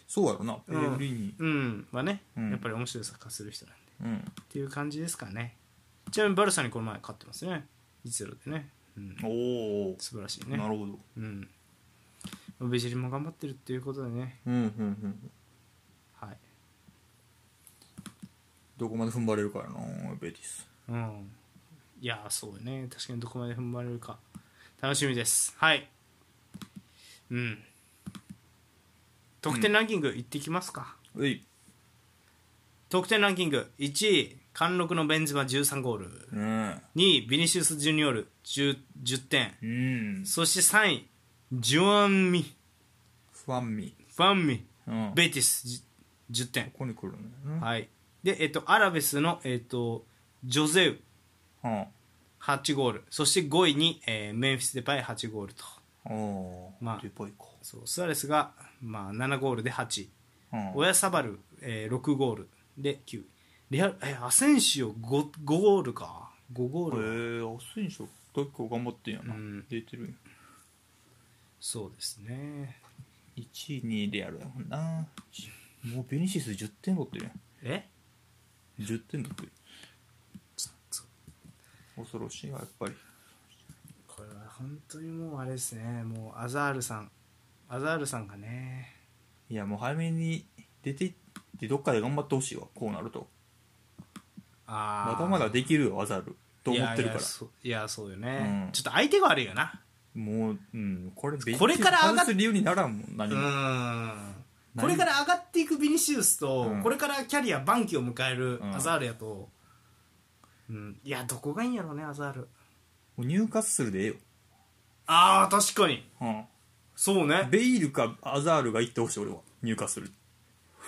B: そうやろなペ
A: うん
B: レグリーニ
A: うんはね、
B: うん
A: やっぱり面白いサッカーする人なんで
B: うん
A: っていう感じですかねちなみにバルサにこの前勝ってますね1-0でね、うん、
B: おお、
A: 素晴らしいね
B: なるほど
A: うんベジェリも頑張ってるっていうことでね
B: うんうんうん
A: はい
B: どこまで踏ん張れるかやなベティス
A: うんいやーそうよね確かにどこまで踏ん張れるか楽しみですはいうん得点ランキングいってきますか、
B: うい
A: 得点ランキング1位貫禄のベンゼマ13ゴール
B: ね
A: 2位ビニシウス・ジュニオール 10, 10点
B: えうん
A: そして3位ジョアンミ・
B: ファンミ
A: ファンミ
B: うんこ
A: ベティス 10, 点
B: こに来るんだよね
A: はいでえっとアラベスのえっとジョゼウ
B: は
A: 8ゴールそして5位に、えーメンフィス・デパイ8ゴールと
B: あお
A: まあ
B: デパイか
A: そうスアレスが、まあ、7ゴールで8
B: うん
A: オヤサバル、えー6ゴールで9レアルえーアセンシオ 5, 5ゴールか5ゴー
B: え
A: ル、
B: ー、アスインショ結構頑張ってんやな、
A: うん
B: 出てるんや
A: そうですね
B: 1位2位レアルやもんなもうベニシス10点取ってるやん
A: え
B: 10点取ってる
A: ちょ
B: 恐ろしいわやっぱり
A: これは本当にもうあれですねもうアザールさんアザールさんがね
B: いやもう早めに出ていってどっかで頑張ってほしいわこうなると
A: あー
B: まだまだできるよアザールと思ってる
A: いやい
B: か
A: や
B: ら
A: そういやそうよね、
B: うん
A: ちょっと相手が悪いよな
B: もう、うん、これベニシス
A: これから上がっ
B: 外す理由にならんもん何
A: う
B: も、
A: ん
B: 何
A: これから上がっていくビニシウスと、
B: うん
A: これからキャリア晩期を迎える
B: うん
A: アザールやと、うんいやどこがいいんやろうねアザール
B: もう入荷するでええよ、
A: あー確かに
B: うん
A: そうね
B: ベイルかアザールが行ってほしい俺は入荷 する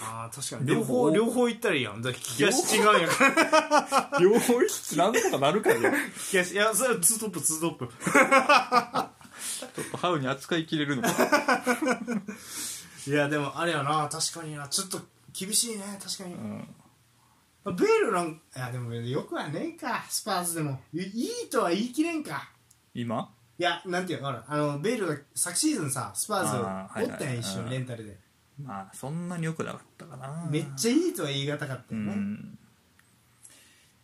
A: あー確かに両方
B: 両
A: 両方行ったらいいやんだから利き足違うんやから
B: 両方なんとかなるかよ
A: 利き足いやそれはツートップツートップ
B: ちょっとハウに扱いきれるのか
A: いやでもあれやな確かになちょっと厳しいね確かに
B: うん
A: ベールなんいやでもよくはねえかスパーズでもいいいとは言い切れんか
B: 今
A: いや、なんていうのかな、あの、ベイルが昨シーズンさ、スパ
B: あー
A: ー
B: はい
A: ズ、
B: はい
A: おったやん、一緒
B: うん
A: にレンタルで。
B: まあそんなに良くなかったかな
A: めっちゃいいとは言い難かった
B: う
A: よね。
B: ん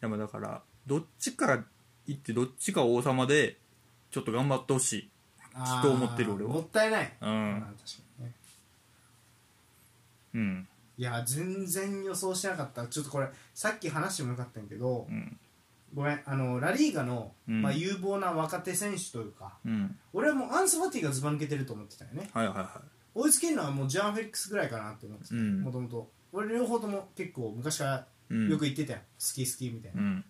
B: でもだからどっちから行ってどっちか王様でちょっと頑張ってほしい
A: あー
B: そう思ってる俺は
A: もったいない。
B: う
A: あー
B: ん
A: 確かにね。
B: うん
A: いや、全然予想してなかった。ちょっとこれ、さっき話してもよかったんやけど
B: う、ん
A: ごめん、あの、ラリーガの、
B: うん
A: まあ、有望な若手選手というか、
B: うん
A: 俺はもうアンス・ファティがズバ抜けてると思ってたよね。
B: はいはいは
A: 追いつけるのはもうジャン・フェリックスぐらいかなって思ってた。
B: いうん
A: もともと。俺両方とも結構昔か
B: う
A: ら
B: ん
A: よく言ってたよ。好き好きみたいな
B: う。ん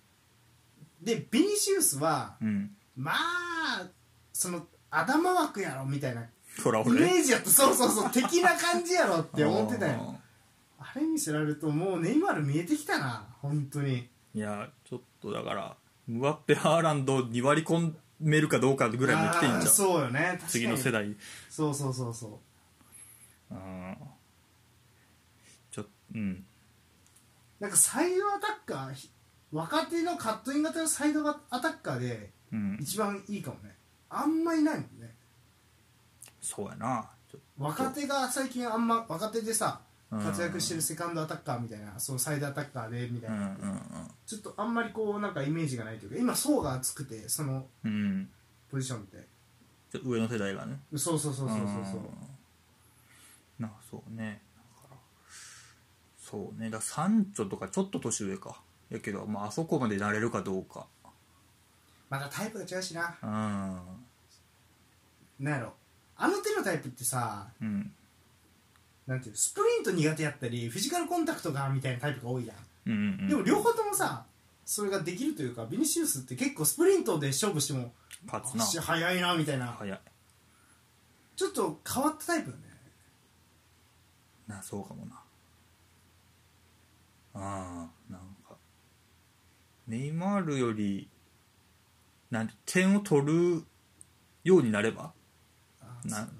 A: で、ビニシウスは、
B: うん
A: まあその頭枠やろみたいなイ
B: ほら俺
A: メージやったそうそうそう的な感じやろって思ってたよ
B: あ
A: あれ見せられるともうネイマール見えてきたな本当に
B: ーいやちょっとだからムワッペハーランドに割り込めるかどうかぐらいまで来てん
A: あー
B: じゃん
A: そうよね確かに
B: 次の世代
A: そうそうそうそう
B: うんちょうん
A: なんかサイドアタッカーひ若手のカットイン型のサイドアタッカーで
B: うん
A: 一番いいかもねあんまいないもんね
B: そうやなちょっと
A: 若手が最近あんま若手でさ
B: うん
A: 活躍してるセカンドアタッカーみたいなそのサイドアタッカーでみたい
B: うん
A: な、ちょっとあんまりこうなんかイメージがないというか今層が厚くてその
B: うんうんうん
A: ポジションって
B: ちょっと上の世代がね
A: そうそうそうそうそうそう
B: うんなそうねだからそうねだからサンチョとかちょっと年上かやけど、まああそこまでなれるかどうか
A: またタイプが違うしな
B: うん
A: なんやろあの手のタイプってさ
B: うん
A: なんていうのスプリント苦手やったりフィジカルコンタクトがみたいなタイプが多いやん
B: うんうん
A: でも両方ともさそれができるというかビニシウスって結構スプリントで勝負しても
B: 勝つな
A: 足速いなみたいな
B: 早い
A: ちょっと変わったタイプよね
B: なそうかもなああなんかネイマールよりなんて点を取るようになれば
A: あ
B: な
A: そうね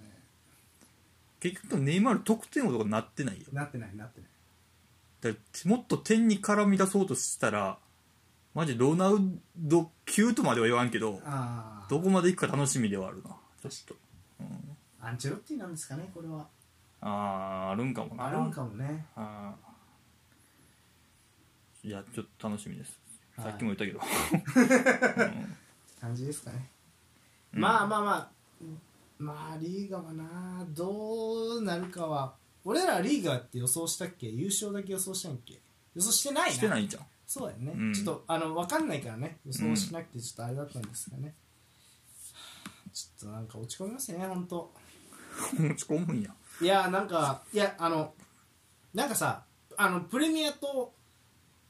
B: 結局ネイマール得点王とかなってないよ
A: なってないなってない
B: だからもっと点に絡み出そうとしたらマジロナウド級とまでは言わんけど
A: ああ
B: どこまでいくか楽しみではあるなちょっと、うん、
A: アンチェロッティなんですかねこれは
B: ああーあるんかもな
A: あるんかもね
B: あーいやちょっと楽しみです
A: はい
B: さっきも言ったけど、
A: 感じですかね、
B: うん
A: まあまあまあまあリーガはなどうなるかは俺らリーガって予想したっけ優勝だけ予想したんっけ予想してないな
B: してないじゃん
A: そうだよね、
B: うん
A: ちょっとあの分かんないからね予想しなくてちょっとあれだったんですがね、ちょっとなんか落ち込みますね本当
B: 持ち込むんや
A: いやなんかいやあのなんかさあのプレミアと,、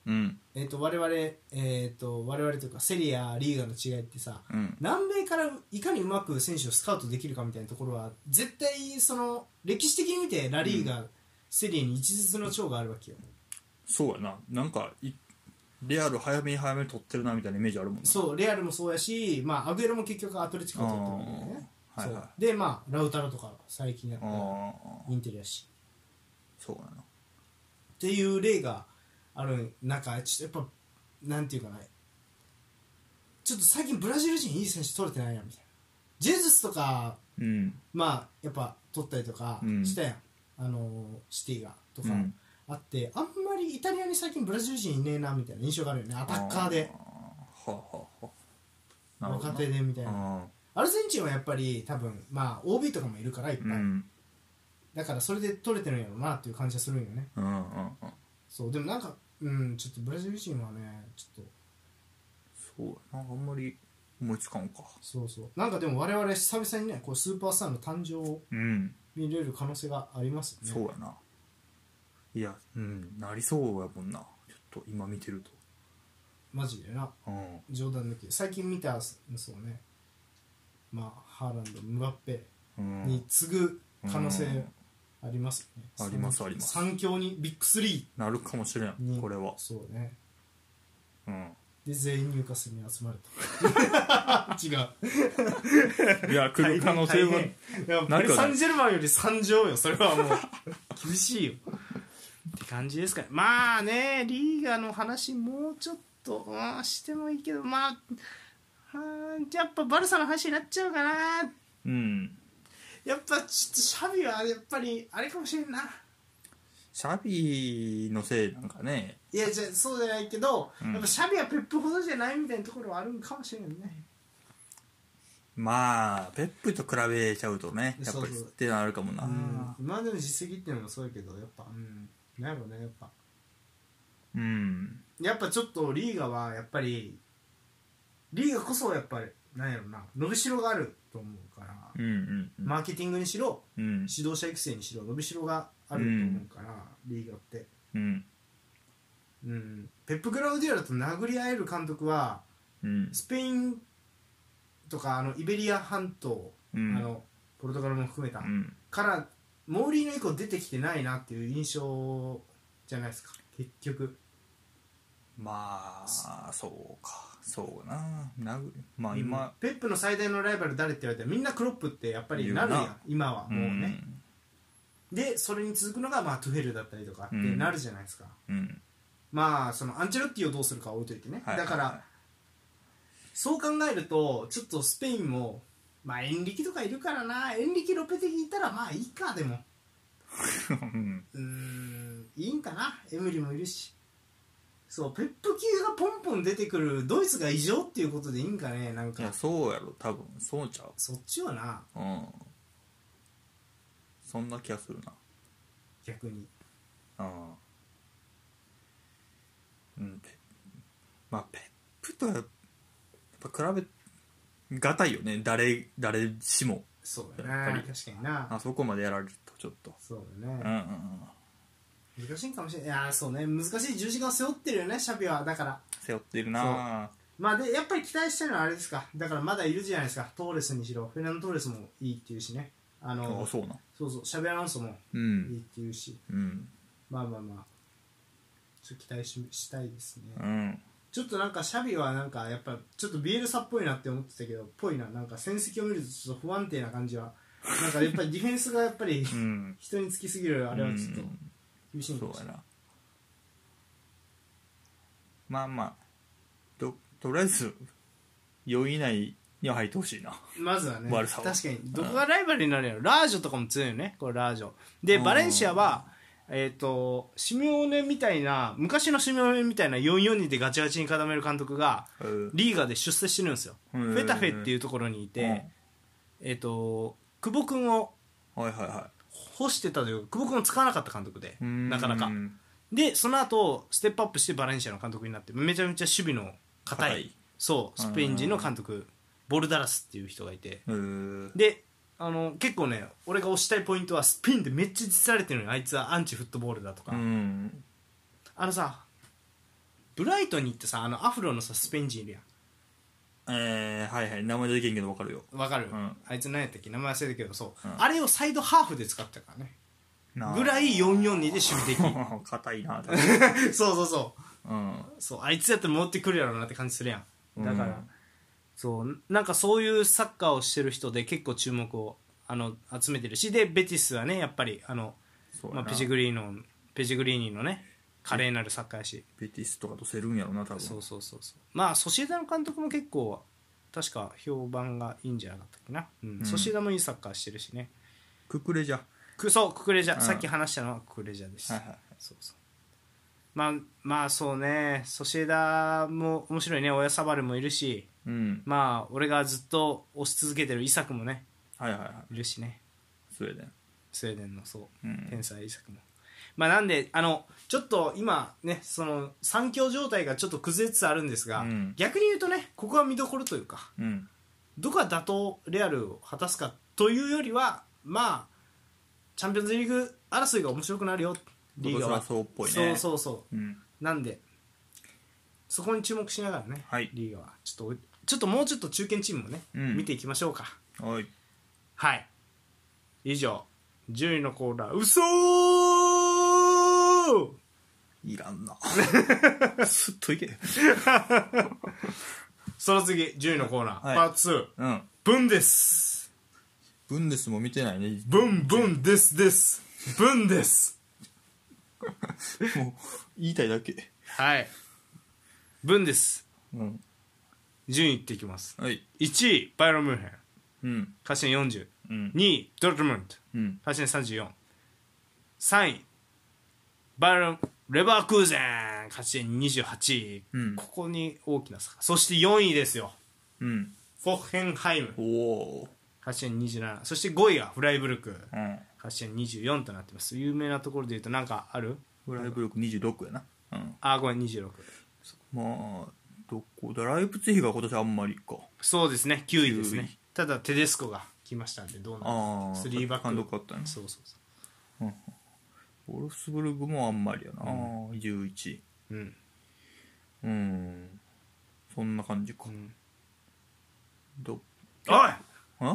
B: うん
A: えー、と我々えっ、と我々というかセリアリーガの違いってさ
B: うん
A: 南米からいかにうまく選手をスカウトできるかみたいなところは絶対その歴史的に見てラリーガ、セリアに一日の長があるわけよ
B: そうやななんかいレアル早めに早めに取ってるなみたいなイメージあるもんな
A: そうレアルもそうやし、まあ、アグエロも結局アトレティコ取ってるわけだよね
B: あーはいはい
A: そうでまあラウタロとか最近やっ
B: あ
A: た
B: あ
A: インテリアし
B: そうやな
A: っていう例がある中ちょっとやっぱなんていうかなちょっと最近ブラジル人いい選手取れてないやんみたいなジェズスとか
B: うん
A: まあやっぱ取ったりとか
B: うん
A: したやん、あのーシティがとか
B: うん
A: あって、あんまりイタリアに最近ブラジル人いねえなみたいな印象があるよねアタッカーで
B: あーはあはあはあなるほど
A: 若手
B: な
A: でみたいな
B: あ
A: アルゼンチンはやっぱり多分まあ OB とかもいるからいっ
B: ー
A: ぱ
B: う
A: い、
B: ん
A: だからそれで取れてるんやろうなっていう感じがするんよね
B: うんうんうん
A: そうでもなんかうんちょっとブラジル人はねちょっと
B: そうやなあんまり思いつかんか
A: そうそうなんかでも我々久々にねこうスーパースターの誕生を
B: うん
A: 見れる可能性がありますよ
B: そう
A: ね
B: やないやうんなりそうやもんなちょっと今見てると
A: マジでな
B: うん
A: 冗談抜きで最近見たそうねまあハーランドムバッペ
B: うん
A: に次ぐ可能性
B: うん
A: ありますよね、
B: ありますあります
A: 三強にビッグスリ
B: なるかもしれ
A: ーに
B: んこれは
A: そうね
B: うん
A: で全員入荷するに集まる と違う
B: いや来る可能性
A: 大
B: は
A: 変いやパリ・サンジェルマンより参上よそれはもう 厳しいよって感じですかねまあねリーガの話もうちょっと、うんしてもいいけどまあうんやっぱバルサの話になっちゃうかな
B: うん
A: やっぱちょっとシャビはやっぱりあれかもしれんな
B: シャビのせいなんかね
A: いやじゃあそうじゃないけど、
B: ん
A: やっぱシャビはペップほどじゃないみたいなところはあるんかもしれんね
B: まあペップと比べちゃうとねやっ
A: そ
B: ぱ
A: う
B: り
A: そう
B: ってなるかもな
A: 今までの実績っていうのもそうやけどやっぱうんなんやろうねやっぱ
B: うん
A: やっぱちょっとリーガはやっぱりリーガこそやっぱりなんやろな伸びしろがあると思うから、
B: うんうんうん
A: マーケティングにしろ
B: うん
A: 指導者育成にしろ伸びしろがあると思うから、リーガって、
B: うん
A: うん、ペップ・グラウディアラと殴り合える監督は
B: うん
A: スペインとかあのイベリア半島、
B: うん
A: あのポルトガルも含めた、
B: うん
A: からモーリーの以降出てきてないなっていう印象じゃないですか結局
B: まあそうかそうななぐまあ今
A: ペップの最大のライバル誰って言われたらみんなクロップってやっぱりなるや
B: 言うんな
A: 今はもう
B: うん
A: ね、でそれに続くのがまあトゥヘルだったりとかってなるじゃないですか、
B: うん
A: まあそのアンチェロッティをどうするかは置いといてね、
B: はい
A: だから、
B: は
A: そう考えるとちょっとスペインもまあエンリキとかいるからなエンリキロペティいたらまあいいかでも
B: うん
A: うーんいいんかなエムリもいるしそうペップ級がポンポン出てくるドイツが異常っていうことでいいんかねなん
B: い
A: か
B: やそうやろ多分そうちゃう
A: そっちはな
B: うんそんな気がするな
A: 逆に
B: うんうんペまあペップとはやっぱ比べがたいよね誰誰しも
A: そうだ
B: やっ
A: な
B: ぱり
A: 確かにな
B: あそこまでやられるとちょっと
A: そう
B: う
A: だ
B: んうん
A: ね、
B: うん
A: 難しいんかもしれないいやーそうね難しい十字架を背負ってるよねシャビはだから
B: 背負ってるな
A: まあでやっぱり期待してるのはあれですかだからまだいるじゃないですかトーレスにしろフェルナンド・トーレスもいいっていうしねあ
B: あ
A: の
B: そうなん
A: そうそうシャビアロンソも
B: う
A: いいっ
B: ん
A: ていうし、
B: うん
A: まあまあまあちょっと期待ししたいですね、
B: うん
A: ちょっとなんかシャビはなんかやっぱちょっとビエルサっぽいなって思ってたけどぽいななんか戦績を見るとちょっと不安定な感じはなんかやっぱりディフェンスがやっぱり
B: うん
A: 人につきすぎるあれはちょっと
B: うん
A: 厳しいん
B: そう
A: です
B: やなまあまあととりあえず4位以内には入って ほしいな
A: まずはね
B: 悪さ
A: 確
B: は
A: かにどこがライバルになるんやろラージョとかも強いよねこれラージョで
B: うん
A: バレンシアはえっ、とシミオーネみたいな昔のシミオーネみたいな442でガチガチに固める監督が
B: うん
A: リーガで出世してるんですよ
B: へ
A: フ
B: ー
A: ェタフェっていうところにいて、えっ、と久保君を
B: うんはいはいは
A: 干してたというか久保君を使わなかった監督で
B: いうん
A: なかなかでその後ステップアップしてバレンシアの監督になってめちゃめちゃ守備の硬い
B: 硬い
A: そうスペイン人の監督ボルダラスっていう人がいて
B: うー
A: であの結構ね俺が推したいポイントはスペインでめっちゃ実されてるのにあいつはアンチフットボールだとか、
B: うん
A: あのさブライトンに行ってさあのアフロのさスペイン人いるや
B: えー、はいはい名前出てけんけどわかるよ
A: んわかる、
B: うん
A: あいつ何やったっけ名前忘れたけどそう、
B: うん
A: あれをサイドハーフで使ってたからね
B: なあ
A: ぐらい442で守備的
B: 硬いな確かに
A: そうそうそう
B: うん
A: そうあいつやったら戻ってくるやろうなって感じするやんだから、
B: うん
A: そうなんかそういうサッカーをしてる人で結構注目をあの集めてるしでベティスはねやっぱりあの、
B: そうや
A: ま
B: な
A: あ、ペジグリーノペジグリーニのね華麗なるサッカーやし、
B: ベティスとかとせるんやろな多分
A: そうそうそうそうまあソシエダの監督も結構確か評判がいいんじゃなかったっけな、うん
B: うん
A: ソシエダもいいサッカーしてるしね
B: くくれじゃ
A: くそうククレジャ、
B: うん
A: さっき話したのはククレジャです、
B: はいはいはい
A: そうそうまあまあそうねソシエダも面白いね親サバルもいるし
B: うん
A: まあ俺がずっと推し続けてるイサクもね
B: はいはいはい
A: いるしね
B: スウェーデン
A: スウェーデンのそううん天才イサクも、まあなんであのちょっと今ねその三強状態がちょっと崩れつつあるんですが、
B: うん
A: 逆に言うとねここは見どころというか
B: うん
A: どこが打倒レアルを果たすかというよりはまあチャンピオンズリーグ争いが面白くなるよリーガは
B: 今年はそうっぽいね
A: そうそうそう
B: うん
A: なんでそこに注目しながらね、
B: はい
A: リーガはちょっとおいちょっともうちょっと中堅チームもね、
B: うん
A: 見ていきましょうか
B: はい
A: はい以上10位のコーナーうそー
B: いら んなすっといけ
A: その次10位のコーナー、
B: はい
A: パーツ2
B: うん
A: ブンです
B: ブンデスも見てないね
A: ブンブンですですブンです
B: もう言いたいだけ
A: はいブンです
B: うん
A: 順位いっていきます
B: はい
A: 1位バイロン・ムーヘン
B: うん
A: 勝ち点40
B: うん
A: 2位ドルトムント
B: うん
A: 勝ち点34 3位バイロン・レバークーゼン勝ち点28位、
B: うん
A: ここに大きな差がそして4位ですよ
B: うん
A: フォッヘンハイム
B: おお
A: 勝ち点27そして5位がフライブルク
B: ーうん
A: 勝ち点24となってます有名なところで言うと何かある
B: ドライブ力26やなうん
A: あごめん26
B: まあどこだライプツィヒが今年あんまりか
A: そうですね9位です
B: 9
A: ね
B: 位
A: ただテデスコが来ましたんでどうなる
B: ああ
A: スリーバック
B: 単独あったね
A: そうそうそ
B: オルフスブルグもあんまりやな、11
A: ううん、
B: うんそんな感じか、
A: うん
B: ど
A: おい
B: あ
A: おいお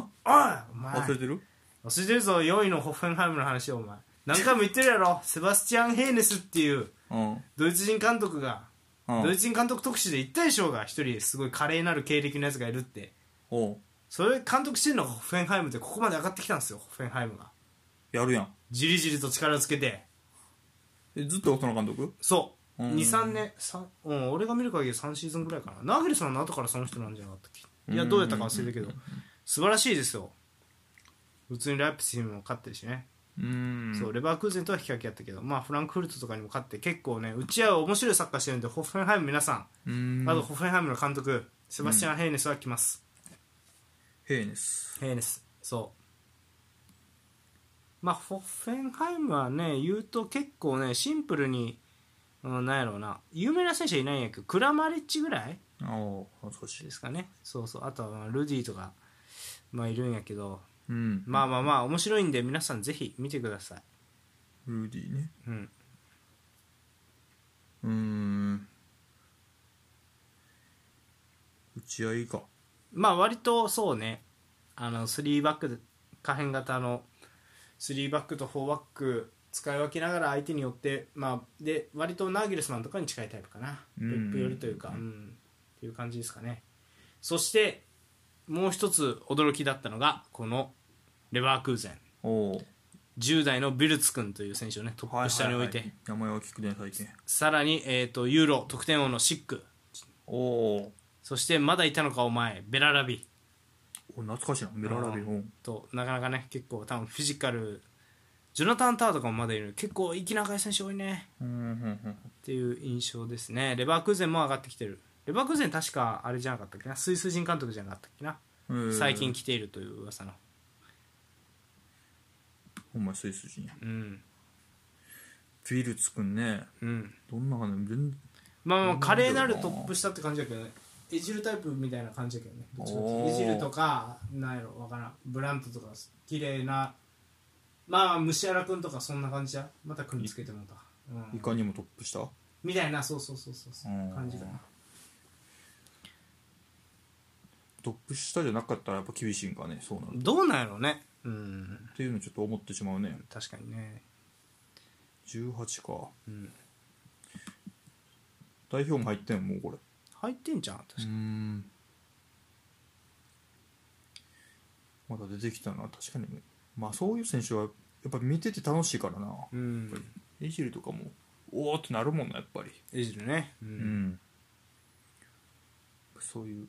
A: 前
B: 忘れてる、
A: 忘れてるぞ4位のホッフェンハイムの話をお前何回も言ってるやろセバスチアン・ヘーネスっていうドイツ人監督が
B: うんう
A: ドイ
B: ん
A: ツ人監督特集で言ったでしょうが一人すごい華麗なる経歴のやつがいるって
B: おう
A: それ監督してるのがホッフェンハイムでここまで上がってきたんですよホッフェンハイムが
B: やるやん
A: じりじりと力をつけて
B: えずっとその監督
A: そう
B: うん
A: 23年三うん俺が見る限り3シーズンぐらいかなナグリさんの後からその人なんじゃなかったっけいや
B: うん
A: どうやったか忘れたけど素晴らしいですよ普通にライプスヒムも勝ってるしね
B: うん
A: そうレバークーゼンとは引き分けやったけど、まあ、フランクフルトとかにも勝って結構ね打ち合う面白いサッカーしてるんでホッフェンハイム皆さ
B: うん
A: んあとホッフェンハイムの監督セバスチャン・ヘイネスは来ます、
B: ヘイネス
A: ヘイネスそうまあホッフェンハイムはね言うと結構ねシンプルに、うん、なんやろうな有名な選手はいないんやけどクラマリッチぐらい
B: あお少し
A: ですかねそうそうあとはまあルディとかまあいるんやけど
B: うん
A: まあまあまあ面白いんで皆さんぜひ見てください
B: ルーディね
A: うん
B: うーん打ち合いか
A: まあ割とそうねあの3バック可変型の3バックと4バック使い分けながら相手によってまあで割とナーギルスマンとかに近いタイプかな
B: う
A: ペ
B: ん
A: ップ寄りというかうんっていう感じですかねそしてもう一つ驚きだったのがこのレバークーゼン
B: おお
A: 10代のビルツ君という選手をねトップ下に置いて、
B: 名前を聞くね最近
A: さらに、えー、とユーロ得点王のシック
B: おお
A: そしてまだいたのかお前ベララビ
B: お懐かしいなメララビ
A: あー
B: オン
A: となかなかね結構多分フィジカルジョナタン・タワーとかもまだいる結構生き長い選手多いね
B: うんうんうん
A: っていう印象ですねレバークーゼンも上がってきてるレバークーゼン確かあれじゃなかったっけなスイス人監督じゃなかったっけな
B: うんへー
A: 最近来ているという噂の
B: お前スイス人や
A: うん
B: ビルツくんね
A: うん
B: どんなかな全然
A: まあまあ華麗なるトップ下って感じだけどねエジルタイプみたいな感じだけどねどっちかっていうと
B: おー
A: エジルとかなんやろわからんブラントとか綺麗なまあ虫原君とかそんな感じやまた組みつけてもらった、う
B: い
A: ん、
B: かにもトップしたう
A: みたいなそうそうそうそうそう感じだな
B: トップ下じゃなかったらやっぱ厳しいんかねそうなのっ
A: どうなんやろうねうん
B: ていうのちょっと思ってしまうね
A: 確かにね
B: 18か
A: うん
B: 代表も入ってんのもうこれ
A: 入ってんじゃん確か
B: うー
A: に
B: んまだ出てきたな確かにまあそういう選手はやっぱ見てて楽しいからな
A: うん
B: エジルとかもおおってなるもんなやっぱり
A: エジルねう
B: うんんそういう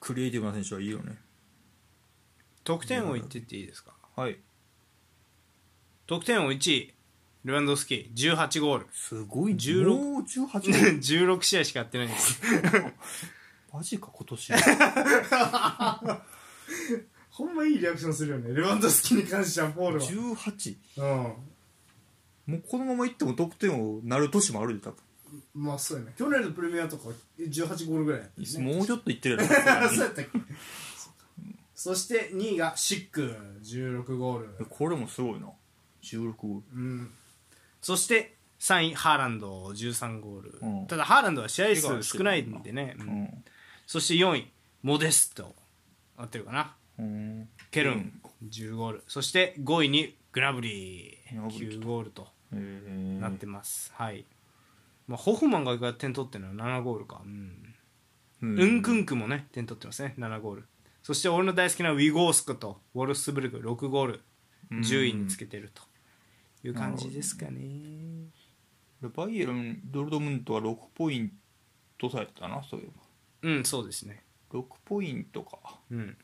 B: クリエイティブな選手はいいよね
A: 得点王言ってっていいですか
B: はい
A: 得点王1位ルワンドフスキー18ゴール
B: すごい
A: 16
B: もう18
A: 16試合しかやってないんです
B: マジか今年
A: ほんまいいリアクションするよねレバンドフスキに関してはポー
B: 18
A: は
B: もうこのままいっても得点王なる年もあるで多分
A: うんまあそうやね去年のプレミアとか18ゴールぐらいやったよね
B: もうちょっといってるや
A: あ
B: ろ
A: そうやったっけそして2位がシック16ゴール
B: これもすごいな16号
A: うんそして3位ハーランド13ゴール、
B: うん
A: ただハーランドは試合数少ないんでね、
B: う
A: うん
B: ん
A: そして4位モデスト合ってるかな
B: うん
A: ケル
B: う
A: ン
B: ん
A: 10ゴールそして5位にグラブリ
B: グラ
A: ー
B: ブリー
A: 9ゴールと
B: へー
A: なってます、はい、まあ、ホフマンが意外と点取ってるのは7ゴールか、うん
B: うん
A: うん、クンクもね点取ってますね7ゴールそして俺の大好きなウィゴースクとウォルフスブルク6ゴール
B: うん
A: 10位につけてるという感じですかね、
B: バイエルンドルトムントは6ポイントされたなそういえ
A: うんそうですね
B: ば6ポイントか
A: うん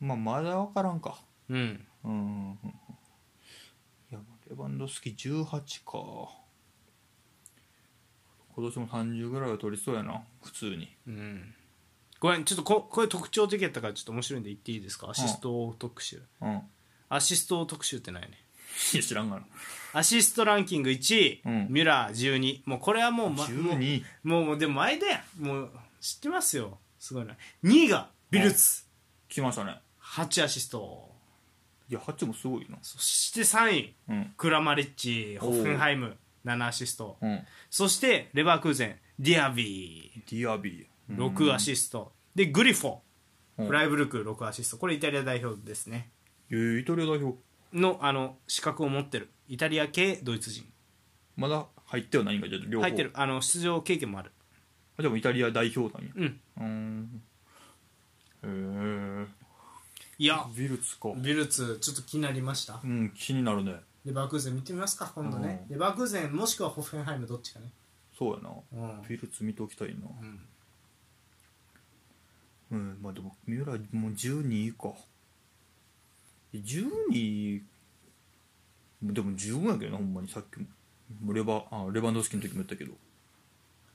B: まあまだ分からんか
A: うん
B: うんうんうんいやレバンドフスキー18か今年も30ぐらいは取りそうやな普通に
A: うんごめんちょっとここれ特徴的やったからちょっと面白いんで言っていいですかアシスト特集、
B: うん い
A: アシスト特集ってないね
B: や知らんがな
A: アシストランキング1位、
B: うん
A: ミュラー12もうこれはもう,、ま、もう
B: 12
A: もうもうでも前だよもう知ってますよすごいな2位がビルツ
B: 来ましたね
A: 8アシスト
B: いや8もすごいな
A: そして3位
B: うん
A: クラマリッチホッフェンハイム7アシスト
B: うん
A: そしてレバークーゼンディアビー
B: ディアビー
A: 6アシストでグリフォ
B: うん
A: フライブルク6アシストこれイタリア代表ですね
B: えーイタリア代表
A: のあの資格を持ってるイタリア系ドイツ人
B: まだ入ってはないんかじゃあ両方
A: 入ってるあの出場経験もある
B: あでもイタリア代表なんや
A: うん
B: うんへえ
A: いや
B: ビルツか
A: ビルツちょっと気になりました
B: うん気になるね
A: レバークーゼン見てみますか今度ね
B: うん
A: レバークーゼンもしくはホッフェンハイムどっちかね
B: そうやな
A: うん
B: ビルツ見ときたいな
A: うん
B: うんまあでも三浦もう12位か12位でも十分やけどなほんまにさっきももうレバあレバンドフスキの時も言ったけど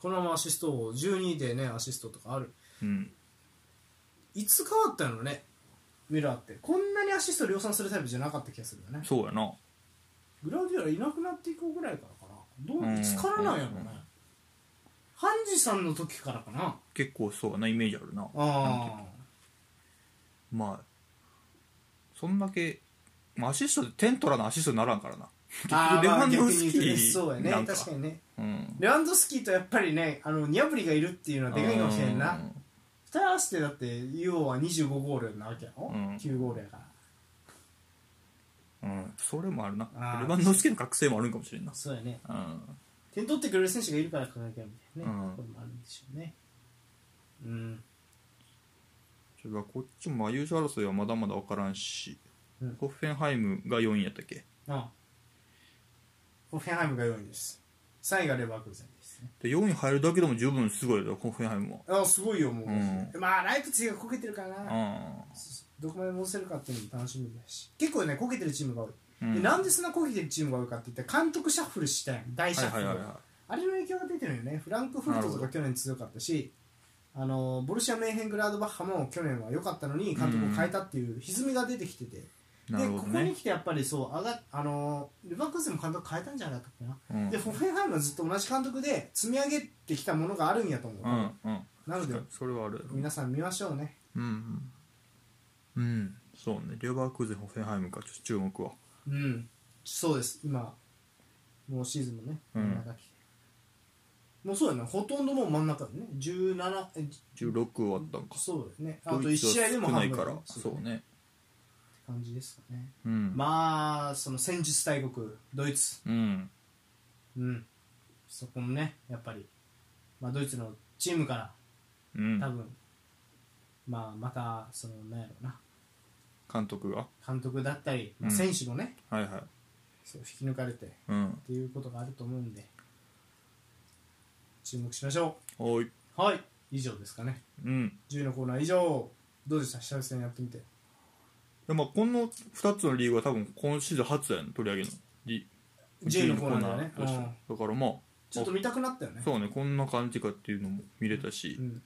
A: このままアシストを12でねアシストとかある
B: うん
A: いつ変わったのねミラーってこんなにアシスト量産するタイプじゃなかった気がするよね
B: そうやな
A: グラウディオラいなくなっていこうぐらいからかなど
B: うん
A: ういつからなんやろうね
B: うん
A: ハンジさんの時からかな
B: 結構そうやなイメージあるな
A: あ
B: まあそんだけまあアシストで点取らなアシストにならんからな
A: ーあー
B: 結局レバ
A: まあ
B: ンドフ
A: 逆に言
B: ス
A: うとね
B: キ
A: そうやね
B: なんか
A: 確かにね
B: うん
A: レワンドフスキーとやっぱりねあのニャブリがいるっていうのはでかいかもしれんな2人合わせてだって要は25ゴールなわけやろ、
B: うん
A: 9ゴールやから
B: うん、うんそれもあるな
A: あー
B: レバンドフスキの覚醒もあるんかもしれんな
A: そうやね
B: うん
A: 点取ってくれる選手がいるから輝けるみたいなね、
B: うん
A: これもあるんでしょうねうん
B: それからこっちもまあ優勝争いはまだまだ分からんし、
A: うん
B: ホッフェンハイムが4位やったっけ
A: あホッフェンハイムが4位です3位がレバークーゼンですね
B: で4位入るだけでも十分すごいよホッフェンハイム
A: あすごいよもう、
B: うん
A: まあライプツィがこけてるからな、
B: は
A: どこまで戻せるかっていうのも楽しみだし結構ねこけてるチームが多い、
B: うん、
A: でなん
B: で
A: でそんなこけてるチームが多いかって言ったら監督シャッフルしたやん大シ
B: は
A: ャッ
B: い
A: フ
B: は
A: ル、
B: いはいは
A: あれの影響が出てるよねフランクフルトと
B: なるほ
A: か
B: ど
A: 去年強かったしあのボルシア・メーヘングラードバッハも去年は良かったのに監督を変えたっていう歪みが出てきてて、
B: いな
A: で
B: る
A: こ
B: ほど
A: こに
B: ね
A: 来てやっぱりそう上があのルヴァンクーゼンも監督変えたんじゃなかったっけな、
B: うん
A: でフォフェンハイムはずっと同じ監督で積み上げてきたものがあるんやと思う、
B: うんうん
A: なので
B: それはあるやろ
A: 皆さん見ましょうね
B: うんうんうんそうねレバークーゼンホッフェンハイムかちょっと注目は
A: うんそうです今もうシーズンもね
B: うん
A: 真ん中来て、もうそうだねほとんどもう真ん中だね17え
B: 16終わったんか
A: そうだねあと
B: ド
A: 1
B: イツは
A: 試合でも
B: 少ない
A: 半分
B: から
A: そう
B: そうね
A: って感じですかね、
B: うん
A: まあその戦術大国ドイツ
B: うん
A: うんそこもねやっぱり、まあ、ドイツのチームから
B: うん
A: 多分、まあまたそのなんやろうな
B: 監督が
A: 監督だったり、まあ
B: うん
A: 選手もね、
B: はいはい
A: そう引き抜かれてっ
B: うん
A: ていうことがあると思うんで注目しましょ
B: おいう
A: はい以上ですかね
B: うん
A: 10のコーナー以上どうでした久々にやってみて
B: でまあ、この2つのリーグは多分今シーズン初やん取り上げるのリ
A: 10のコーナーだよね
B: 10のコーナーだしだからまあ
A: ちょっと見たくなったよね
B: そうねこんな感じかっていうのも見れたし、
A: ん、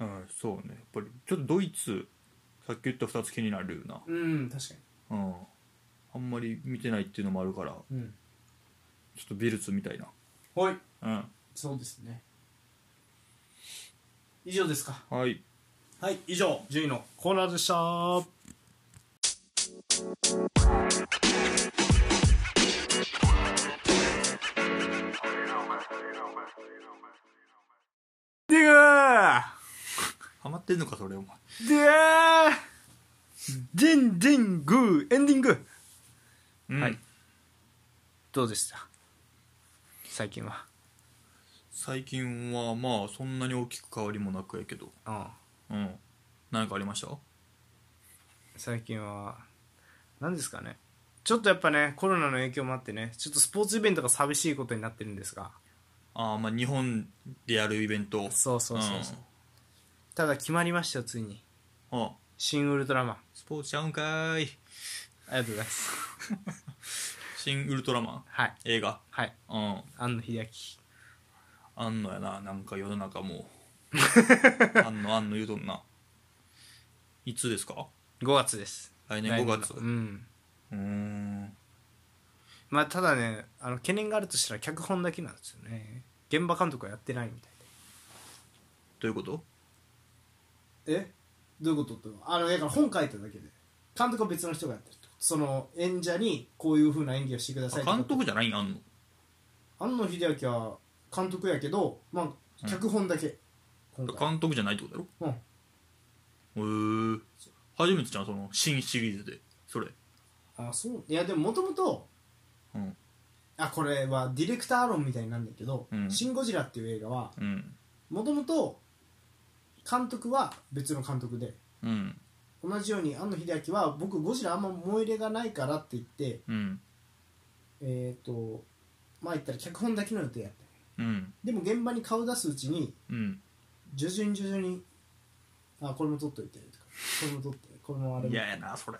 B: うん、そうねやっぱりちょっとドイツさっき言った2つ気になるよな、
A: うん、確か
B: うん、あんまり見てないっていうのもあるから
A: にうん
B: ちょっとビルツみたいな
A: はい
B: うん
A: そうですね以上ですか
B: はい
A: はい以上10位のコーナーでした
B: でがハマってんのかそれお前
A: でージンジングーエンディング、
B: うん
A: はいどうでした最近は
B: 最近はまあそんなに大きく変わりもなくやけど
A: うん
B: うん何かありました
A: 最近は何ですかねちょっとやっぱねコロナの影響もあってねちょっとスポーツイベントが寂しいことになってるんですが
B: あーまあ日本でやるイベント
A: そうそうそうそう、
B: ん
A: ただ決まりましたよついに
B: あ
A: 「新ウルトラマン」
B: スポーツちゃうんかーい
A: ありがとうございます
B: 新ウルトラマン
A: はい
B: 映画
A: はい
B: うん
A: 庵野秀明
B: あんのやななんか世の中も うあんのあんの言うとんないつですか
A: 5月です
B: 来年5月
A: 来のう
B: う
A: ん
B: ーん
A: まあただねあの懸念があるとしたら脚本だけなんですよね現場監督はやってないみたい
B: どういうこと
A: でえどういうことってあのだから本書いただけで監督は別の人がやってるとその演者にこういうふうな演技をしてくださいと
B: あ
A: か
B: 監督じゃないんあんの
A: 庵野秀明は監督やけど、まあ、脚本だけ、今回
B: 監督じゃないってことだ
A: う
B: ろ
A: ん
B: へえー、初めてじゃんその新シリーズでそれ
A: あそういやでももともと
B: うん
A: あこれはディレクター論みたいになるんだけど「
B: うん
A: シン・ゴジラ」っていう映画は
B: うん
A: もともと監督は別の監督で
B: うん
A: 同じように庵野秀明は僕ゴジラあんま思い入れがないからって言って
B: うん
A: えっ、とまあ言ったら脚本だけの予定やった
B: うん
A: でも現場に顔出すうちに
B: うん
A: 徐々に徐々にあこれも撮っといてとかこれも撮っといてこのあれも
B: 嫌やなそれ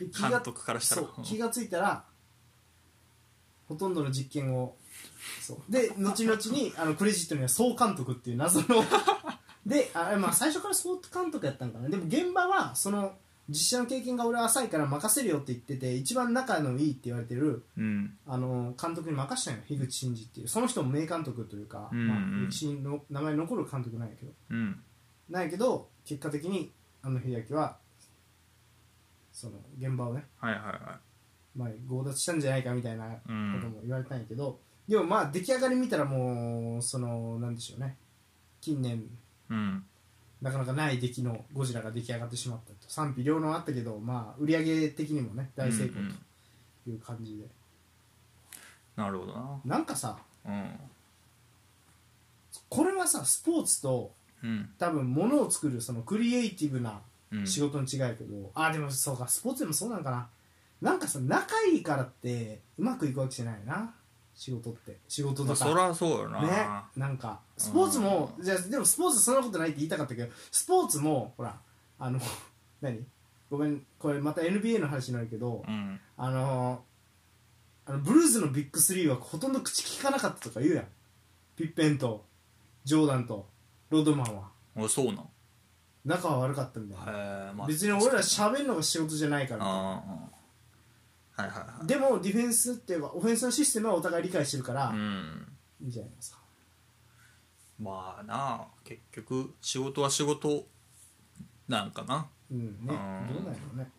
A: で気
B: 監
A: が
B: 督からした
A: そ
B: ら
A: う気がついたらほとんどの実験をそうで後々にあのクレジットには総監督っていう謎 のであ、まあ、最初から総監督やったんかなでも現場はその実写の経験が俺は浅いから任せるよって言ってて一番仲のいいって言われてる
B: うん
A: あの監督に任したんよ樋口真嗣っていうその人も名監督というか、
B: うんうん
A: まあ、うちの名前に残る監督なんやけど
B: うん
A: なんやけど結果的にあの秀明はその現場をね
B: はいはいは
A: まあ、強奪したんじゃないかみたいなこ
B: い、う
A: と
B: ん、
A: も言われたんやけど、でもまあ出来上がり見たらもうそのなんでしょうね近年
B: うん、
A: なかなかない出来のゴジラが出来上がってしまったと賛否両論あったけどまあ売り上げ的にもね大成功
B: うんうん
A: という感じで、
B: なるほどな
A: なんかさ
B: うん
A: これはさスポーツと
B: うん
A: 多分物を作るそのクリエイティブな
B: うん
A: 仕事の違いやけど、あでもそうかスポーツでもそうなんかななんかさ仲いいからってうまくいくわけじゃないよな仕事って仕事
B: ま
A: と
B: あ
A: か
B: そりゃそうよな、
A: ねなんかスポーツもじゃあでもスポーツそんなことないって言いたかったけどスポーツもほらあの 何ごめんこれまた NBA の話になるけど
B: うん
A: あのあのブルーズのビッグスリーはほとんど口聞かなかったとか言うやんピッペンとジョーダンとロードマンは
B: あそうなん
A: 仲は悪かったんだよ、
B: へえまあ
A: 別に俺ら喋るのが仕事じゃないから
B: ああはいはいはい
A: でもディフェンスっていうかオフェンスのシステムはお互い理解してるから、
B: うん
A: いいんじゃないですか
B: まあなあ結局仕事は仕事なんかな
A: うんねどう
B: うん
A: なんやろうね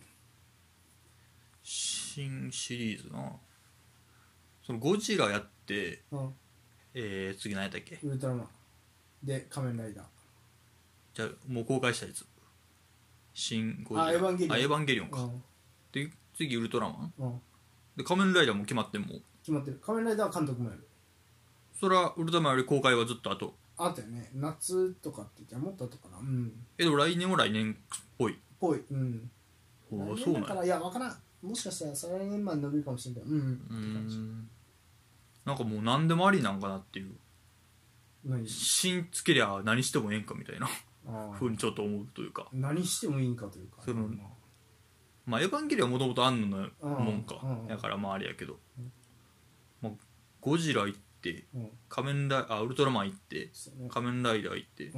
B: 新シリーズなそのゴジラやって
A: うん
B: えー、次何やったっけ
A: ウルトラマンで仮面ライダー
B: じゃあもう公開したやつ新ゴジラ
A: あエヴァンゲリオン
B: あエヴァンゲリオンか、
A: うん
B: で次ウルトラマン
A: うん
B: で仮面ライダーも決まってんもう
A: 決まってる仮面ライダーは監督もやる
B: それはウルトラマンより公開はずっと後
A: あったよね夏とかって言ってもっと後かなうん
B: えでも来年は来年っぽい
A: ぽいうん
B: おお
A: 来
B: そ
A: 年
B: うなん
A: だか
B: や
A: らいや分からんもしかしたら再来年まで伸びるかもしれないうんうんって
B: うー
A: 感じ
B: んなんかもう何でもありなんかなっていう
A: 何
B: 芯つけりゃ何してもええんかみたいな
A: あ
B: ふう
A: ー
B: にちょっと思うというか
A: 何してもいいんかというか
B: その
A: ま
B: まあエヴァンゲリオンはもともとあんののもんか
A: うんうん
B: だからまああれやけど、まあ、ゴジラ行って
A: あうん
B: 仮面ライあウルトラマン行って
A: そうね
B: 仮面ライダー行って
A: う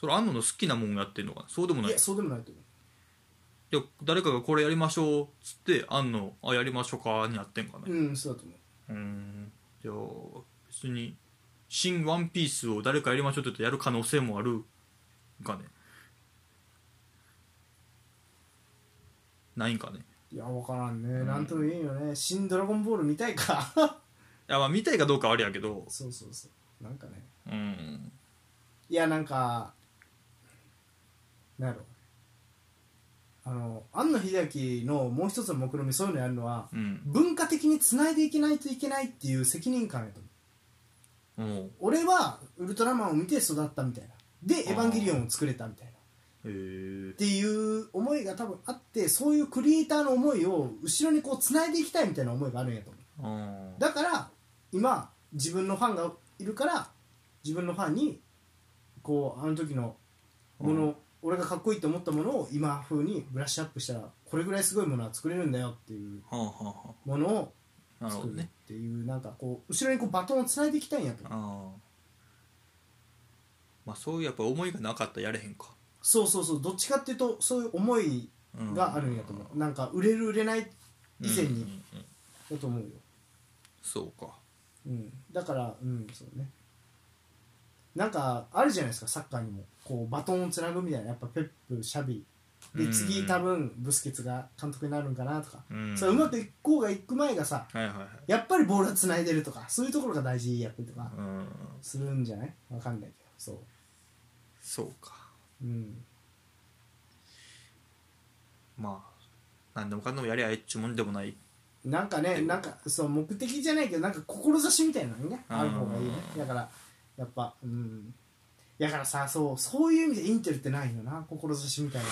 B: それあんのの好きなもんやってんのかなそうでも
A: ん
B: ないい
A: やそうでもないと思う
B: いや誰かがこれやりましょうっつってあんのあやりましょうかになってんかな
A: うんそうだと思う
B: うーんいや別に「新ワンピースを誰かやりましょうって言ってやる可能性もあるかねないんかね
A: いや分からんね、
B: ん
A: なんとも言えんよね新ドラゴンボール見たい か
B: いやまあ見たいかどうかはあれやけど
A: そうそうそうなんかね
B: うん
A: いやなんかなんやろあの庵野秀明のもう一つの目論見みそういうのやるのは
B: うん
A: 文化的につないでいけないといけないっていう責任感やと思う
B: も
A: 俺はウルトラマンを見て育ったみたいなで「エヴァンゲリオン」を作れたみたいなっ
B: うへえ
A: ていう思いが多分あってそういうクリエイターの思いを後ろにこうつないでいきたいみたいな思いがあるんやと思う
B: うん
A: だから今自分のファンがいるから自分のファンにこうあの時のもの、
B: うん
A: 俺がかっこいいと思ったものを今風にブラッシュアップしたらこれぐらいすごいものは作れるんだよっていう
B: はあはあは
A: ものを
B: あなるほ
A: 作
B: ど
A: るっ
B: ね
A: ていうなんかこう後ろにこうバトンをつないでいきたいんやと
B: ああまあそういうやっぱ思いがなかったらやれへんか、
A: そうそうそうどっちかっていうとそういう思い
B: うん、
A: があるんやと思うなんか売れる売れない以前
B: うんうん
A: に
B: うん
A: だと思うよ、
B: そうか
A: うん、だからうんそうねなんかあるじゃないですかサッカーにもこうバトンをつなぐみたいなやっぱペップシャビで
B: うん
A: 次多分ブスケツが監督になるんかなとか、
B: うん
A: それうまくいこうがいく前がさ
B: はいはいはい
A: やっぱりボールはつないでるとかそういうところが大事やったりとか
B: うん
A: するんじゃないわかんないけどそう
B: そうか
A: うん
B: まあ何でもかんでもやりゃえっちゅうもんでもない
A: なんかねなんかそう目的じゃないけどなんか志みたいなのね
B: うん
A: ある方がいいねだからやっぱうんだからさそうそういう意味でインテルってないよな志みたいな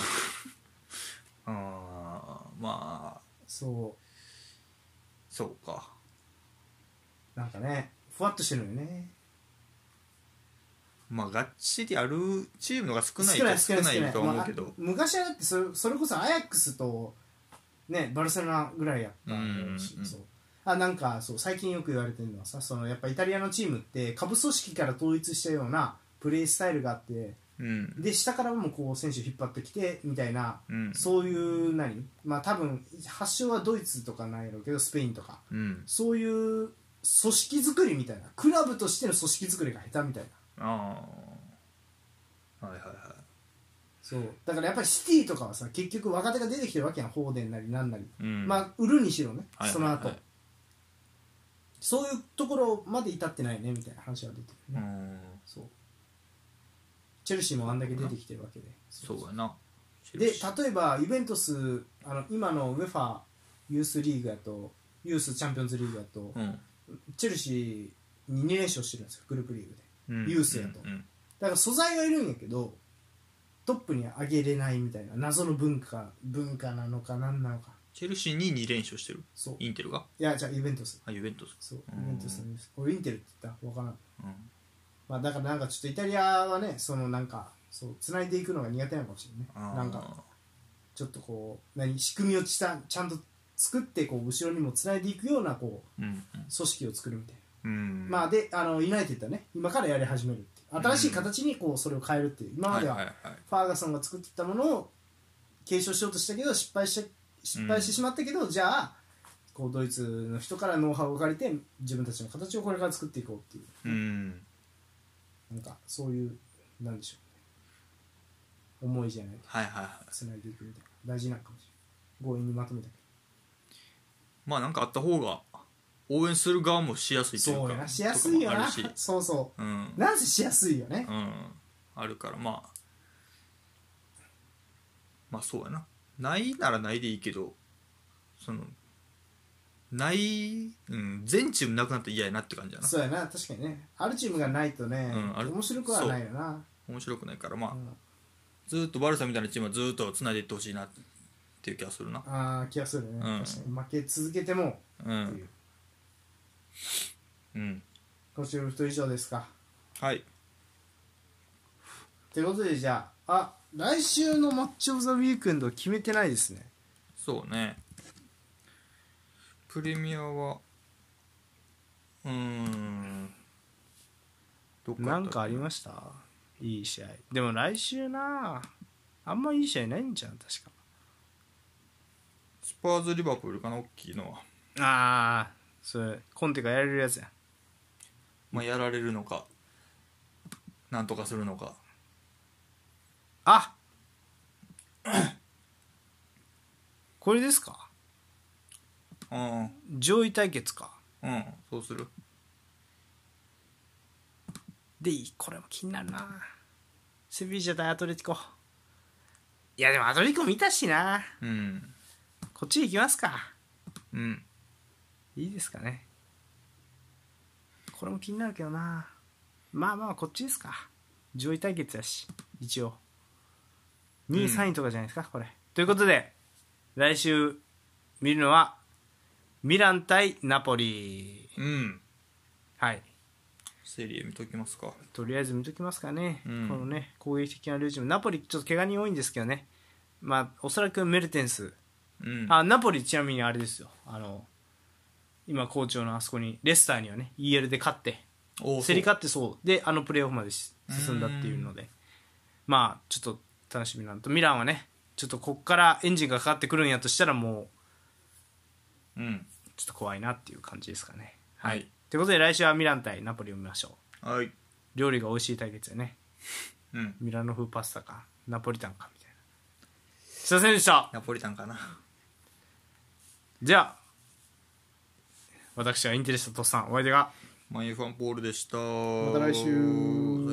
B: あーまあ
A: そ
B: そうか
A: うなんかねふわっとしてるのよね
B: まあがっちりあるチームのが少ない
A: 少ない
B: と
A: 少
B: 少
A: ない少な
B: な
A: いい
B: とは思うけ
A: まあ
B: ど、
A: 昔はだってそれそれこそアヤックスと、ね、バルセロナぐらいやった
B: うんうんうん
A: しそうあなんかそう最近よく言われてるのはさそのやっぱイタリアのチームって下部組織から統一したようなプレースタイルがあって
B: うん
A: で下からもこう選手引っ張ってきてみたいな
B: うん
A: そういう何まあ多分発祥はドイツとかなんやろうけどスペインとか
B: うん
A: そういう組織作りみたいなクラブとしての組織作りが下手みたいな
B: ああはいはいはい
A: そうだからやっぱりシティとかはさ結局若手が出てきてるわけやん放電なりなんなり、
B: うん
A: まあ売るにしろね、
B: はい
A: そ
B: はい
A: の
B: はい
A: 後、そういうところまで至ってないねみたいな話は出てる
B: う
A: ね、
B: ん
A: そうチェルシーもあんだけ出てきてるわけで、
B: そうやな
A: で例えばユベントスあの今の UEFA ユースリーグやとユースチャンピオンズリーグやと、
B: うん
A: チェルシーに2連勝してるんですよグループリーグで
B: うん
A: ユースやと
B: うん
A: だから素材はいるんやけどトップに上げれないみたいな謎の文化文化なのか何なのか
B: チェルシーに2連勝してる
A: そう
B: インテルが
A: いやじゃあイベントス
B: あユベントス
A: そう
B: うん
A: イベントスのニュース俺インテルって言ったわからん、
B: うん
A: まあ、だからなんかちょっとイタリアはねそのなんかそう繋いでいくのが苦手なのかもしれないね
B: あー
A: なんかちょっとこう何仕組みをちたちゃんと作ってこう後ろにも繋いでいくようなこう
B: うん
A: 組織を作るみたいな
B: うん
A: まあであのユナイテッドはね今からやり始めるっていう新しい形にこうそれを変えるっていう今までは
B: はいはいはい
A: ファーガソンが作ってたものを継承しようとしたけど失敗して失敗してしまったけど、じゃあこうドイツの人からノウハウを借りて自分たちの形をこれから作っていこうっていう
B: うん
A: なんかそういうなんでしょうね思いじゃない
B: はいはいはい
A: つないでいくみたいな大事なのかもしれない強引にまとめたけ
B: まあなんかあった方が応援する側もしやすい
A: ど
B: という
A: そ
B: か
A: うやなしやすいよ
B: とかもあ
A: な
B: るし
A: そうそ
B: うん
A: うなんせしやすいよね
B: うんあるからまあまあそうやなないならないでいいけどそのない、うん、全チームなくなったら嫌やなって感じやな
A: そうやな確かにねあるチームがないとね、
B: うんある
A: 面白くはないよな
B: 面白くないからまあ、
A: うん
B: ずーっとバルサみたいなチームはずーっと繋いでいってほしいなっていう気がするな
A: ああ気がするね、
B: うん
A: 確かに負け続けても
B: う、
A: っていうん
B: うん、
A: 今週の人以上ですか
B: はい
A: ということでじゃああ来週のマッチ・オブ・ザ・ウィークエンド決めてないですね
B: そうねプレミアはうーんどっやったっけ
A: なんかありましたいい試合でも来週なあんまいい試合ないんじゃん確
B: スパーズリバプールかな大きいのは、
A: かああそれコンテがやれるやつや
B: まあ、やられるのかなんとかするのか
A: あ これですか
B: うん
A: 上位対決か
B: うんそうする
A: でいいこれも気になるなセビージャ対アトレティコいやでもアトレティコ見たしな
B: うん
A: こっち行きますか
B: うん
A: いいですかねこれも気になるけどなまあまあこっちですか上位対決やし一応2位、
B: うん
A: 3位とかじゃないですかこれということで来週見るのはミラン対ナポリ
B: うん
A: はい
B: セリエ見ときますか
A: とりあえず見ときますかね、
B: うん
A: このね攻撃的な両チームナポリちょっと怪我人多いんですけどねまあおそらくメルテンス
B: うん
A: あナポリちなみにあれですよあの今好調のあそこにレスターにはね EL で勝って
B: おう
A: 競り勝ってそうであのプレーオフまでし進んだっていうのでまあちょっと楽しみなんとミランはねちょっとこっからエンジンがかかってくるんやとしたらも
B: うん
A: うちょっと怖いなっていう感じですかね
B: はい
A: ということで来週はミラン対ナポリを見ましょう
B: はい
A: 料理が美味しい対決やね
B: うん
A: ミラノ風パスタかナポリタンかみたいなすいませんでした
B: ナポリタンかな
A: じゃあ私はインテリストとっさんお相手が
B: マイファンポールでした
A: た来週
B: さよ